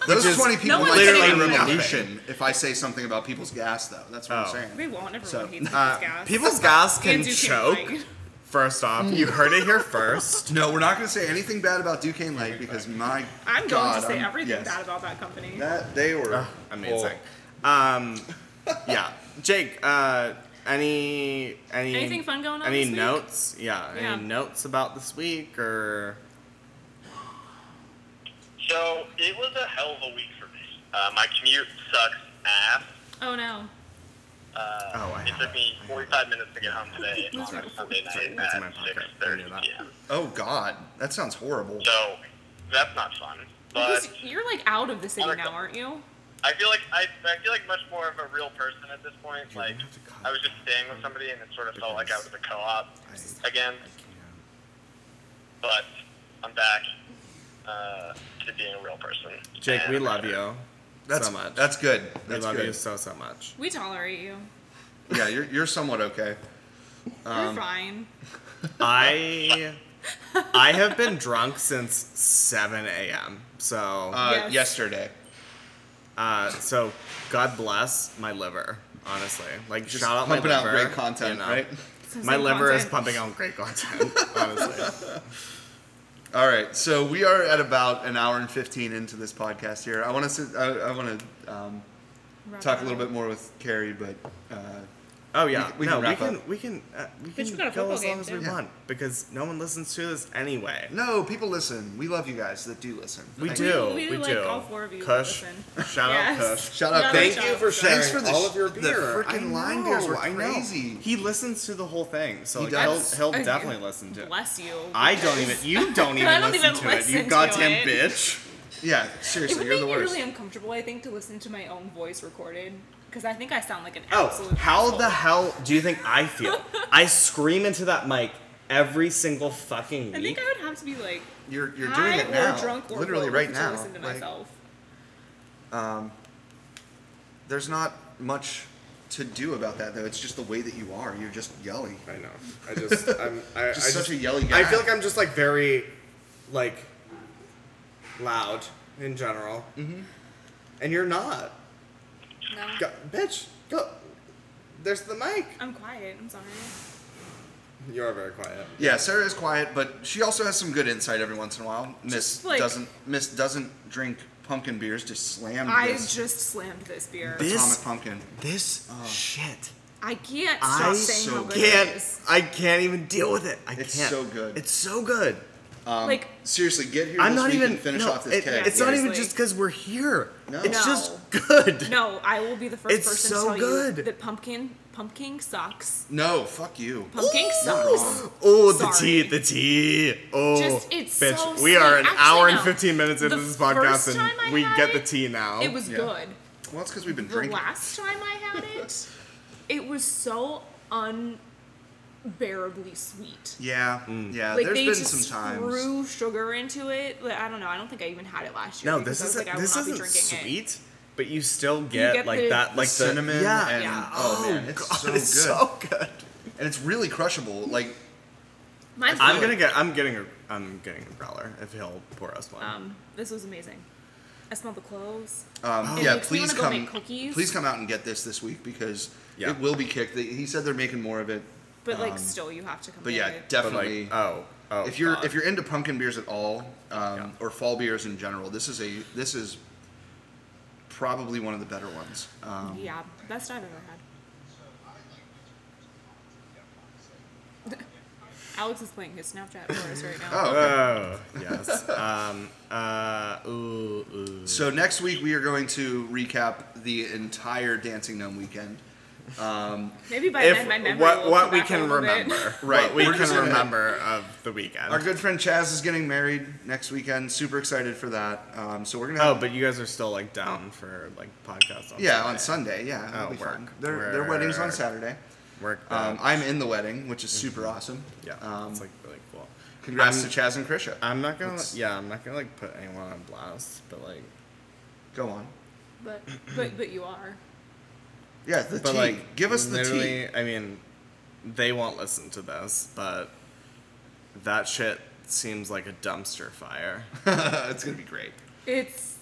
S1: Those
S2: which is
S1: 20 people
S4: No
S1: might
S4: one's
S1: say
S4: getting
S1: a
S2: nothing.
S1: revolution if I say something about people's gas, though. That's what I'm
S2: Oh.
S1: saying.
S4: We won't. Everyone
S1: So,
S4: hates
S2: Uh,
S4: gas.
S2: people's gas can
S4: And you can't
S2: choke.
S4: like-
S2: First off, you heard it here first.
S1: No, we're not going to say anything bad about Duquesne Lake because my
S4: I'm
S1: God,
S4: going to say
S1: I'm-
S4: everything
S1: yes.
S4: bad about that company.
S1: That they were
S2: Ah, Amazing. Um, yeah, Jake. Uh, any any
S4: Anything fun going on
S2: Any
S4: this week?
S2: notes? Yeah,
S4: Yeah.
S2: Any notes about this week or?
S7: So it was a hell of a week for me. Uh, my commute sucks ass.
S4: Oh no.
S7: Uh,
S2: Oh, I
S7: it
S2: have it.
S7: took
S1: I
S7: me
S1: have
S7: 45 minutes to get home today on
S4: That's right.
S7: Sunday
S2: It's
S7: night
S2: in- it's in my
S7: at
S2: pocket. I knew
S7: 6:30
S2: that.
S7: p.m.
S1: Oh God, that sounds horrible.
S7: So that's not fun. But
S4: Because you're like out of the city
S7: Other
S4: now,
S7: co-
S4: aren't you?
S7: I feel like I, I feel like much more of a real person at this point. Like
S2: have to cut.
S7: I was just staying with somebody, and it sort of felt like I was a co-op again. But I'm back uh, to being a real person.
S2: Jake,
S7: And
S2: we
S7: I'm
S2: love
S7: better.
S2: you
S1: that's
S2: so much.
S1: that's good.
S2: we
S1: That's
S2: love
S1: good.
S2: you so so much.
S4: We tolerate you.
S1: Yeah, you're you're somewhat okay.
S2: Um,
S4: you're fine.
S2: I I have been drunk since seven a.m. So
S1: Uh,
S4: Yes.
S1: Yesterday,
S2: uh, so God bless my liver. Honestly, like
S1: just
S2: shout out my
S1: pumping
S2: liver.
S1: out great
S2: you
S1: content,
S2: know.
S1: right?
S4: Some
S2: My liver is
S4: content.
S2: pumping out great content. Honestly,
S1: All right, so we are at about an hour and fifteen into this podcast here. I want to I, I want to um,
S4: Rock
S1: talk a
S4: on.
S1: little bit more with Carrie, but uh,
S2: Oh yeah,
S1: We- we
S2: no,
S1: can wrap
S2: we can
S1: up.
S2: we can uh, we
S4: Bitch,
S2: can
S4: we got a
S2: go
S4: football
S2: as long
S4: game,
S2: as we
S4: too.
S1: Yeah.
S2: want because no one listens to this anyway.
S1: No, people listen. We love you guys that do listen.
S2: We
S1: Thank you.
S2: do,
S4: we
S2: we,
S4: like
S2: do.
S4: all four of you that
S2: Kush,
S4: listen.
S2: shout
S4: Yes.
S2: out Kush.
S1: Shout out,
S4: Yeah.
S1: Kush.
S5: Thank you for sharing
S1: Thanks for the,
S5: all of your
S1: sh-
S5: beer.
S1: the
S5: I
S1: freaking line beers were
S2: I know.
S1: crazy.
S2: He listens to the whole thing, so
S1: He
S2: like, he'll,
S1: does.
S2: he'll
S4: Okay.
S2: definitely listen to it.
S4: Bless you.
S2: I don't even. You don't even
S4: I don't
S2: listen
S4: even
S2: to
S4: listen
S2: it. You
S4: to it.
S2: goddamn bitch.
S1: Yeah,
S4: It would
S1: seriously,
S4: make
S1: you're
S4: me
S1: the worst.
S4: really uncomfortable, I think, to listen to my own voice recorded because I think I sound like an
S2: Oh,
S4: absolute.
S2: how
S4: asshole.
S2: the hell do you think I feel? I scream into that mic every single fucking week.
S4: I think I would have to be like.
S1: You're you're doing
S4: high
S1: it now.
S4: Or drunk or
S1: literally
S4: both
S1: right
S4: to
S1: now.
S4: Listen to
S1: Like,
S4: myself.
S1: there's not much to do about that though. It's just the way that you are. You're just yelly.
S5: I know. I just I'm I,
S1: Just
S5: I
S1: such
S5: just,
S1: a yelly guy.
S5: I feel like I'm just like very like loud in general. Mm-hmm. And you're not.
S4: No,
S5: Go, bitch, go. There's the mic.
S4: I'm quiet. I'm sorry.
S5: You are very quiet.
S1: Yeah, Sarah is quiet, but she also has some good insight every once in a while. Miss
S4: Just, like-
S1: doesn't Miss doesn't drink pumpkin beers. Just slam
S4: I
S1: this
S4: just slammed this beer.
S1: atomic
S2: This-
S1: pumpkin.
S2: this
S1: Oh.
S2: shit.
S4: I can't stop
S2: I
S4: saying
S1: so
S4: how good it
S2: Can't.
S4: is.
S2: I can't even deal with it. I
S1: It's
S2: can't.
S1: so good.
S2: It's so good. um,
S4: like
S1: Seriously, get here.
S2: I'm
S1: this
S2: not
S1: week
S2: even
S1: and finish
S2: no,
S1: off this
S2: it-
S1: keg.
S2: It's not even
S4: Seriously.
S2: just because we're here.
S1: No.
S2: It's
S4: No.
S2: just good.
S4: no, I will be the first
S2: It's
S4: person
S2: so
S4: to tell you
S2: good.
S4: that pumpkin pumpkin sucks.
S1: No, fuck you.
S4: Pumpkin sucks.
S2: Oh, the
S4: Sorry.
S2: tea, the tea. Oh,
S4: Just- it's
S2: bitch.
S4: so
S2: we are
S4: sweet.
S2: an
S4: Actually,
S2: hour and
S4: no.
S2: 15 minutes into
S4: The
S2: this
S4: first
S2: podcast,
S4: time I
S2: and we
S4: had
S2: get the
S4: it,
S2: tea now.
S4: It was
S1: Oh, Yeah.
S4: good.
S1: Well, it's because we've been
S4: The
S1: drinking.
S4: last time I had it, it was so unbearably sweet.
S1: Yeah,
S2: Mm.
S1: yeah.
S4: Like
S1: there's
S4: they
S1: been
S4: just
S1: some times.
S4: threw sugar into it. Like, I don't know. I don't think I even had it last year.
S2: no,
S4: because
S2: this
S4: I was
S2: isn't.
S4: like, I will
S2: this
S4: not be
S2: isn't
S4: drinking it.
S2: sweet, but you still get,
S4: get
S2: like
S4: the-
S2: that, like the
S1: cinnamon
S2: Yeah.
S1: and
S4: Yeah.
S1: oh, man, it's
S2: God,
S1: so good,
S2: it's so good.
S1: and it's really crushable. Like
S4: My
S2: I'm gonna get. I'm getting a. I'm getting a growler if he'll pour us one.
S4: Um, this was amazing. I smell the cloves.
S1: Um,
S4: It
S1: yeah,
S4: makes me
S1: please
S4: wanna go
S1: come.
S4: make cookies.
S1: Please come out and get this this week because
S2: Yeah.
S1: it will be kicked. They- He said they're making more of it,
S4: But like, still, you have to come.
S1: um, but
S4: get
S1: yeah,
S4: it.
S2: But,
S1: definitely.
S2: like, oh, oh.
S1: if you're
S2: God.
S1: if you're into pumpkin beers at all, um,
S2: Yeah.
S1: or fall beers in general, this is a this is probably one of the better ones. Um,
S4: yeah, best I've ever had. Alex is playing his Snapchat for us right now.
S1: Oh, okay.
S2: Oh yes. um. Uh. Ooh. ooh.
S1: so next week we are going to recap the entire Dancing Gnome weekend.
S4: Maybe by
S2: if
S4: then my memory
S2: what
S4: will
S2: what
S4: come
S2: we
S4: back a
S2: can
S4: little bit.
S2: remember,
S1: Right,
S2: What we
S1: we're just
S2: can
S1: gonna-
S2: remember of the weekend.
S1: Our good friend Chaz is getting married next weekend. Super excited for that. Um, so we're gonna.
S2: Oh,
S1: Have,
S2: but you guys are still like down for like podcasts. On
S1: yeah, on Sunday. Yeah, it'll
S2: Oh,
S1: be fun.
S2: work,
S1: Their their wedding's on
S2: work.
S1: Saturday.
S2: Work.
S1: Um,
S2: that.
S1: I'm in the wedding, which is super awesome.
S2: Mm-hmm. yeah,
S1: Um,
S2: it's like really cool.
S1: congrats
S2: I'm-
S1: to Chaz and Krisha.
S2: I'm not gonna.
S1: Let's-
S2: Yeah, I'm not gonna like put anyone on blast, but like,
S1: Go on.
S4: But but but you are.
S1: Yeah, the
S2: but
S1: tea.
S2: like,
S1: Give us the tea.
S2: literally, I mean, they won't listen to this, but that shit seems like a dumpster fire.
S1: it's gonna be great.
S4: It's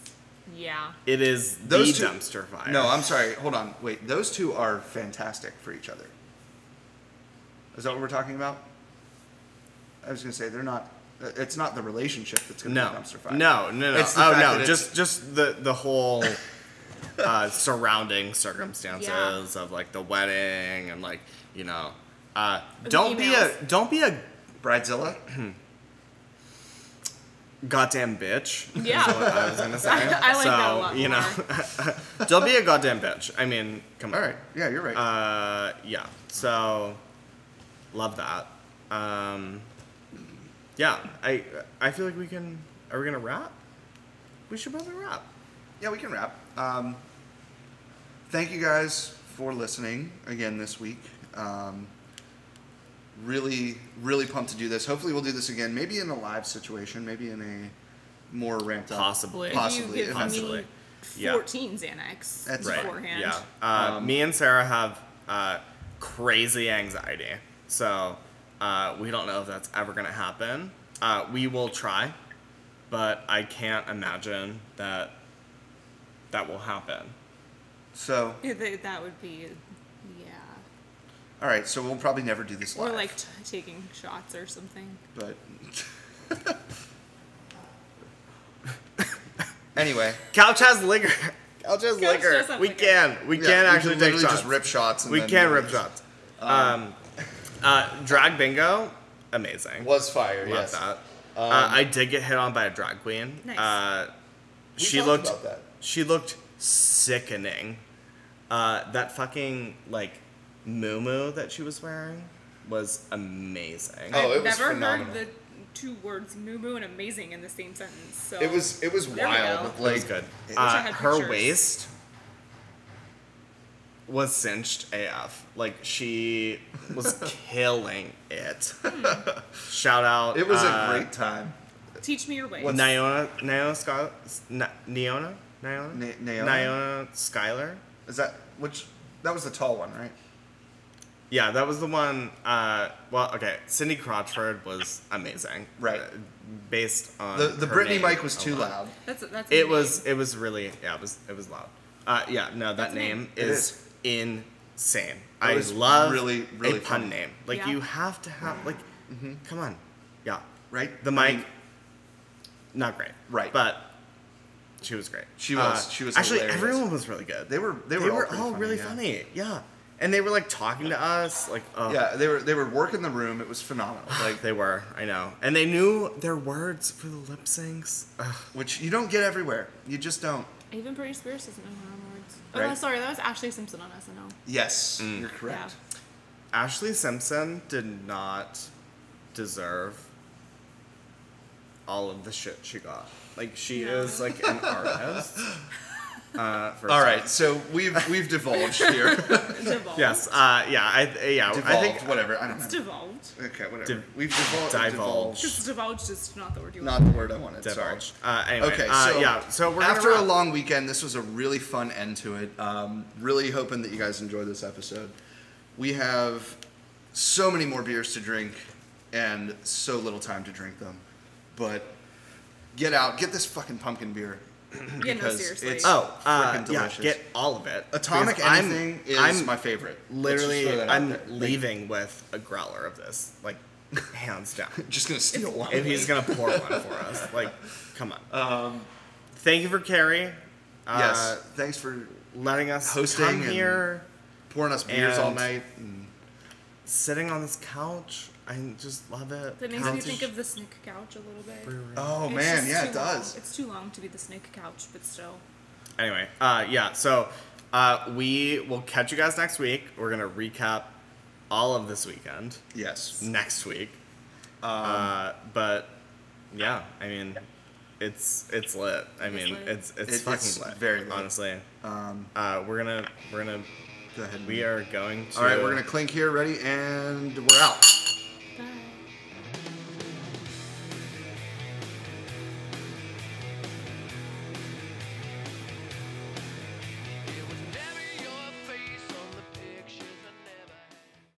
S4: yeah.
S2: It is
S1: Those
S2: the
S1: two-
S2: dumpster fire.
S1: No, I'm sorry. Hold on. Wait, those two are fantastic for each other. Is that what we're talking about? I was gonna say they're not. uh, It's not the relationship that's gonna
S2: no,
S1: be a dumpster fire.
S2: no, no, no.
S1: It's the
S2: oh
S1: fact that
S2: no,
S1: it's-
S2: just just the the whole uh, surrounding circumstances of like the wedding and like you know, uh,
S4: The
S2: don't be a
S4: emails.
S2: don't be a
S1: Bridezilla.
S2: goddamn bitch. is
S4: Yeah.
S2: what I was gonna say.
S4: I like
S2: so,
S4: that a lot
S2: You know, don't be a goddamn bitch. I mean, come on.
S1: All right. Yeah, you're right.
S2: Uh, yeah. So, love that. Um, yeah. I I feel like we can. Are we gonna wrap? We should probably wrap.
S1: yeah, we can wrap. Um, thank you guys for listening again this week. Um, really, really pumped to do this. Hopefully, we'll do this again. Maybe in a live situation. Maybe in a more ramped up.
S2: Possibly. If you
S1: Possibly.
S4: if you give
S1: eventually.
S2: Possibly.
S4: me
S2: Yeah.
S4: fourteen Xanax
S1: That's
S2: Right.
S4: beforehand.
S2: Yeah. Uh,
S1: Um,
S2: me and Sarah have uh, crazy anxiety, so uh, we don't know if that's ever gonna happen. Uh, we will try, but I can't imagine that that will happen.
S1: So,
S4: Yeah, that- That would be yeah.
S1: all right. So we'll probably never do this
S4: Or
S1: live.
S4: like t- taking shots or something.
S1: but. anyway,
S2: Couch has liquor. Couch's
S4: Couch
S2: liquor.
S4: doesn't
S2: We
S4: liquor.
S2: can. We
S1: Yeah,
S2: can
S1: we
S2: actually take
S1: literally
S2: shots.
S1: just rip shots. And
S2: we
S1: then
S2: can
S1: do
S2: rip
S1: this.
S2: shots. Um, uh, drag bingo, amazing.
S8: Was fire,
S2: Love
S8: yes.
S2: that. uh,
S1: Um,
S2: I did get hit on by a drag queen.
S4: Nice.
S2: Uh,
S8: We
S2: she
S8: talked
S2: looked.
S8: about that.
S2: She looked sickening. Uh, that fucking like moo that she was wearing was amazing.
S8: Oh,
S4: I've
S8: it was
S4: never
S8: phenomenal.
S4: heard the two words moo moo and amazing in the same sentence. So
S8: It was it was
S4: There we go.
S8: wild.
S4: It
S2: It
S8: Like
S2: was good.
S8: it-
S2: Uh,
S4: had
S2: her
S4: pictures.
S2: waist was cinched AF. Like she was killing it. Shout out.
S1: It was
S2: uh,
S1: a great time.
S4: teach me your way.
S2: Niona Niona Scott Ni- Niona Niona
S1: Ni- Niona?
S2: Niona Skyler.
S1: Is that which? That was the tall one, right?
S2: Yeah, that was the one. Uh, well, okay, Cindy Crotchford was amazing.
S1: Right.
S2: Uh, based on
S1: The the
S2: Uh, her
S1: Britney
S2: name Oh,
S1: mic was too
S2: alone.
S1: loud.
S4: That's that's.
S2: It was it was really yeah it was it was loud. Uh, yeah no that
S4: That's
S2: name
S4: amazing.
S1: It
S2: is, insane.
S1: That
S2: I
S1: was
S2: love
S1: really, really Mm-hmm.
S2: a pun
S1: fun.
S2: name like
S4: Yeah.
S2: you have to have like come on yeah
S1: Right?
S2: the
S1: I
S2: mic
S1: mean-
S2: not great
S1: Right.
S2: but she was great Uh,
S1: She was- she was
S2: actually
S1: hilarious.
S2: everyone was really good
S1: They were- they were all pretty funny,
S2: really
S1: yeah.
S2: funny yeah and they were like talking to us like oh
S1: Yeah, they were they were working the room. It was phenomenal. Like,
S2: like they were I know and they knew their words for the lip syncs Ugh.
S1: which you don't get everywhere. You just don't.
S4: Even Britney Spears doesn't know her own words. Oh,
S1: Right.
S4: no, sorry, that was Ashley Simpson on SNL.
S1: Yes,
S2: Mm.
S1: you're correct.
S2: Ashley Simpson did not deserve all of the shit she got. Like she is like an artist. Uh, first
S1: All
S2: off.
S1: right, so we've we've divulged here.
S4: Yeah. Devolved.
S2: Yes. Uh, yeah. I. Yeah.
S1: Devolved,
S2: I think.
S1: whatever. I don't
S4: It's
S1: know.
S4: devolved.
S1: Okay, whatever.
S2: Div-
S1: we've divulged.
S2: divulged.
S4: Because devolved is not the word you
S1: Not
S4: want.
S1: the word I wanted.
S2: Divulged.
S1: Sorry.
S2: Uh, anyway.
S1: Okay, so,
S2: uh, yeah. So we're gonna
S1: after a
S2: wrap.
S1: long weekend, this was a really fun end to it. Um, really hoping that you guys enjoyed this episode. We have so many more beers to drink and so little time to drink them, but get out, get this fucking pumpkin beer.
S4: Yeah, no,
S1: because
S4: seriously.
S1: it's-
S2: Oh. Uh,
S1: Frickin'
S2: yeah.
S1: delicious.
S2: Get all of it.
S1: Atomic
S2: Because I'm-
S1: anything is
S2: I'm
S1: my favorite. Let's just
S2: Literally,
S1: throw that out
S2: I'm
S1: there. Like,
S2: leaving with a growler of this. Like, hands down.
S1: just gonna steal one.
S2: if he's gonna pour one for us. Like, come on. Um, Thank you for Carrie. Uh,
S1: yes, thanks for
S2: Letting us
S1: Hosting
S2: come
S1: and-
S2: here,
S1: pouring us beers all
S2: And-
S1: night. Mm. and-
S2: sitting on this couch. I just love it.
S4: That makes me
S2: Couch.
S4: think of the Snick couch a little bit.
S1: oh
S4: It's
S1: man,
S4: just
S1: yeah,
S4: too
S1: it
S4: long.
S1: does.
S4: It's too long to be the Snick couch, but still.
S2: Anyway, uh, yeah. So uh, we will catch you guys next week. We're gonna recap all of this weekend
S1: Yes.
S2: next week. uh, but yeah, I mean, it's it's lit. I
S4: It is
S2: mean,
S4: lit.
S2: it's it's
S1: It-
S2: fucking
S1: it's
S2: lit.
S1: very lit.
S2: honestly.
S1: Um,
S2: Uh, we're gonna we're gonna
S1: go ahead.
S2: We are going to.
S1: All right, we're gonna clink here. Ready, and we're out.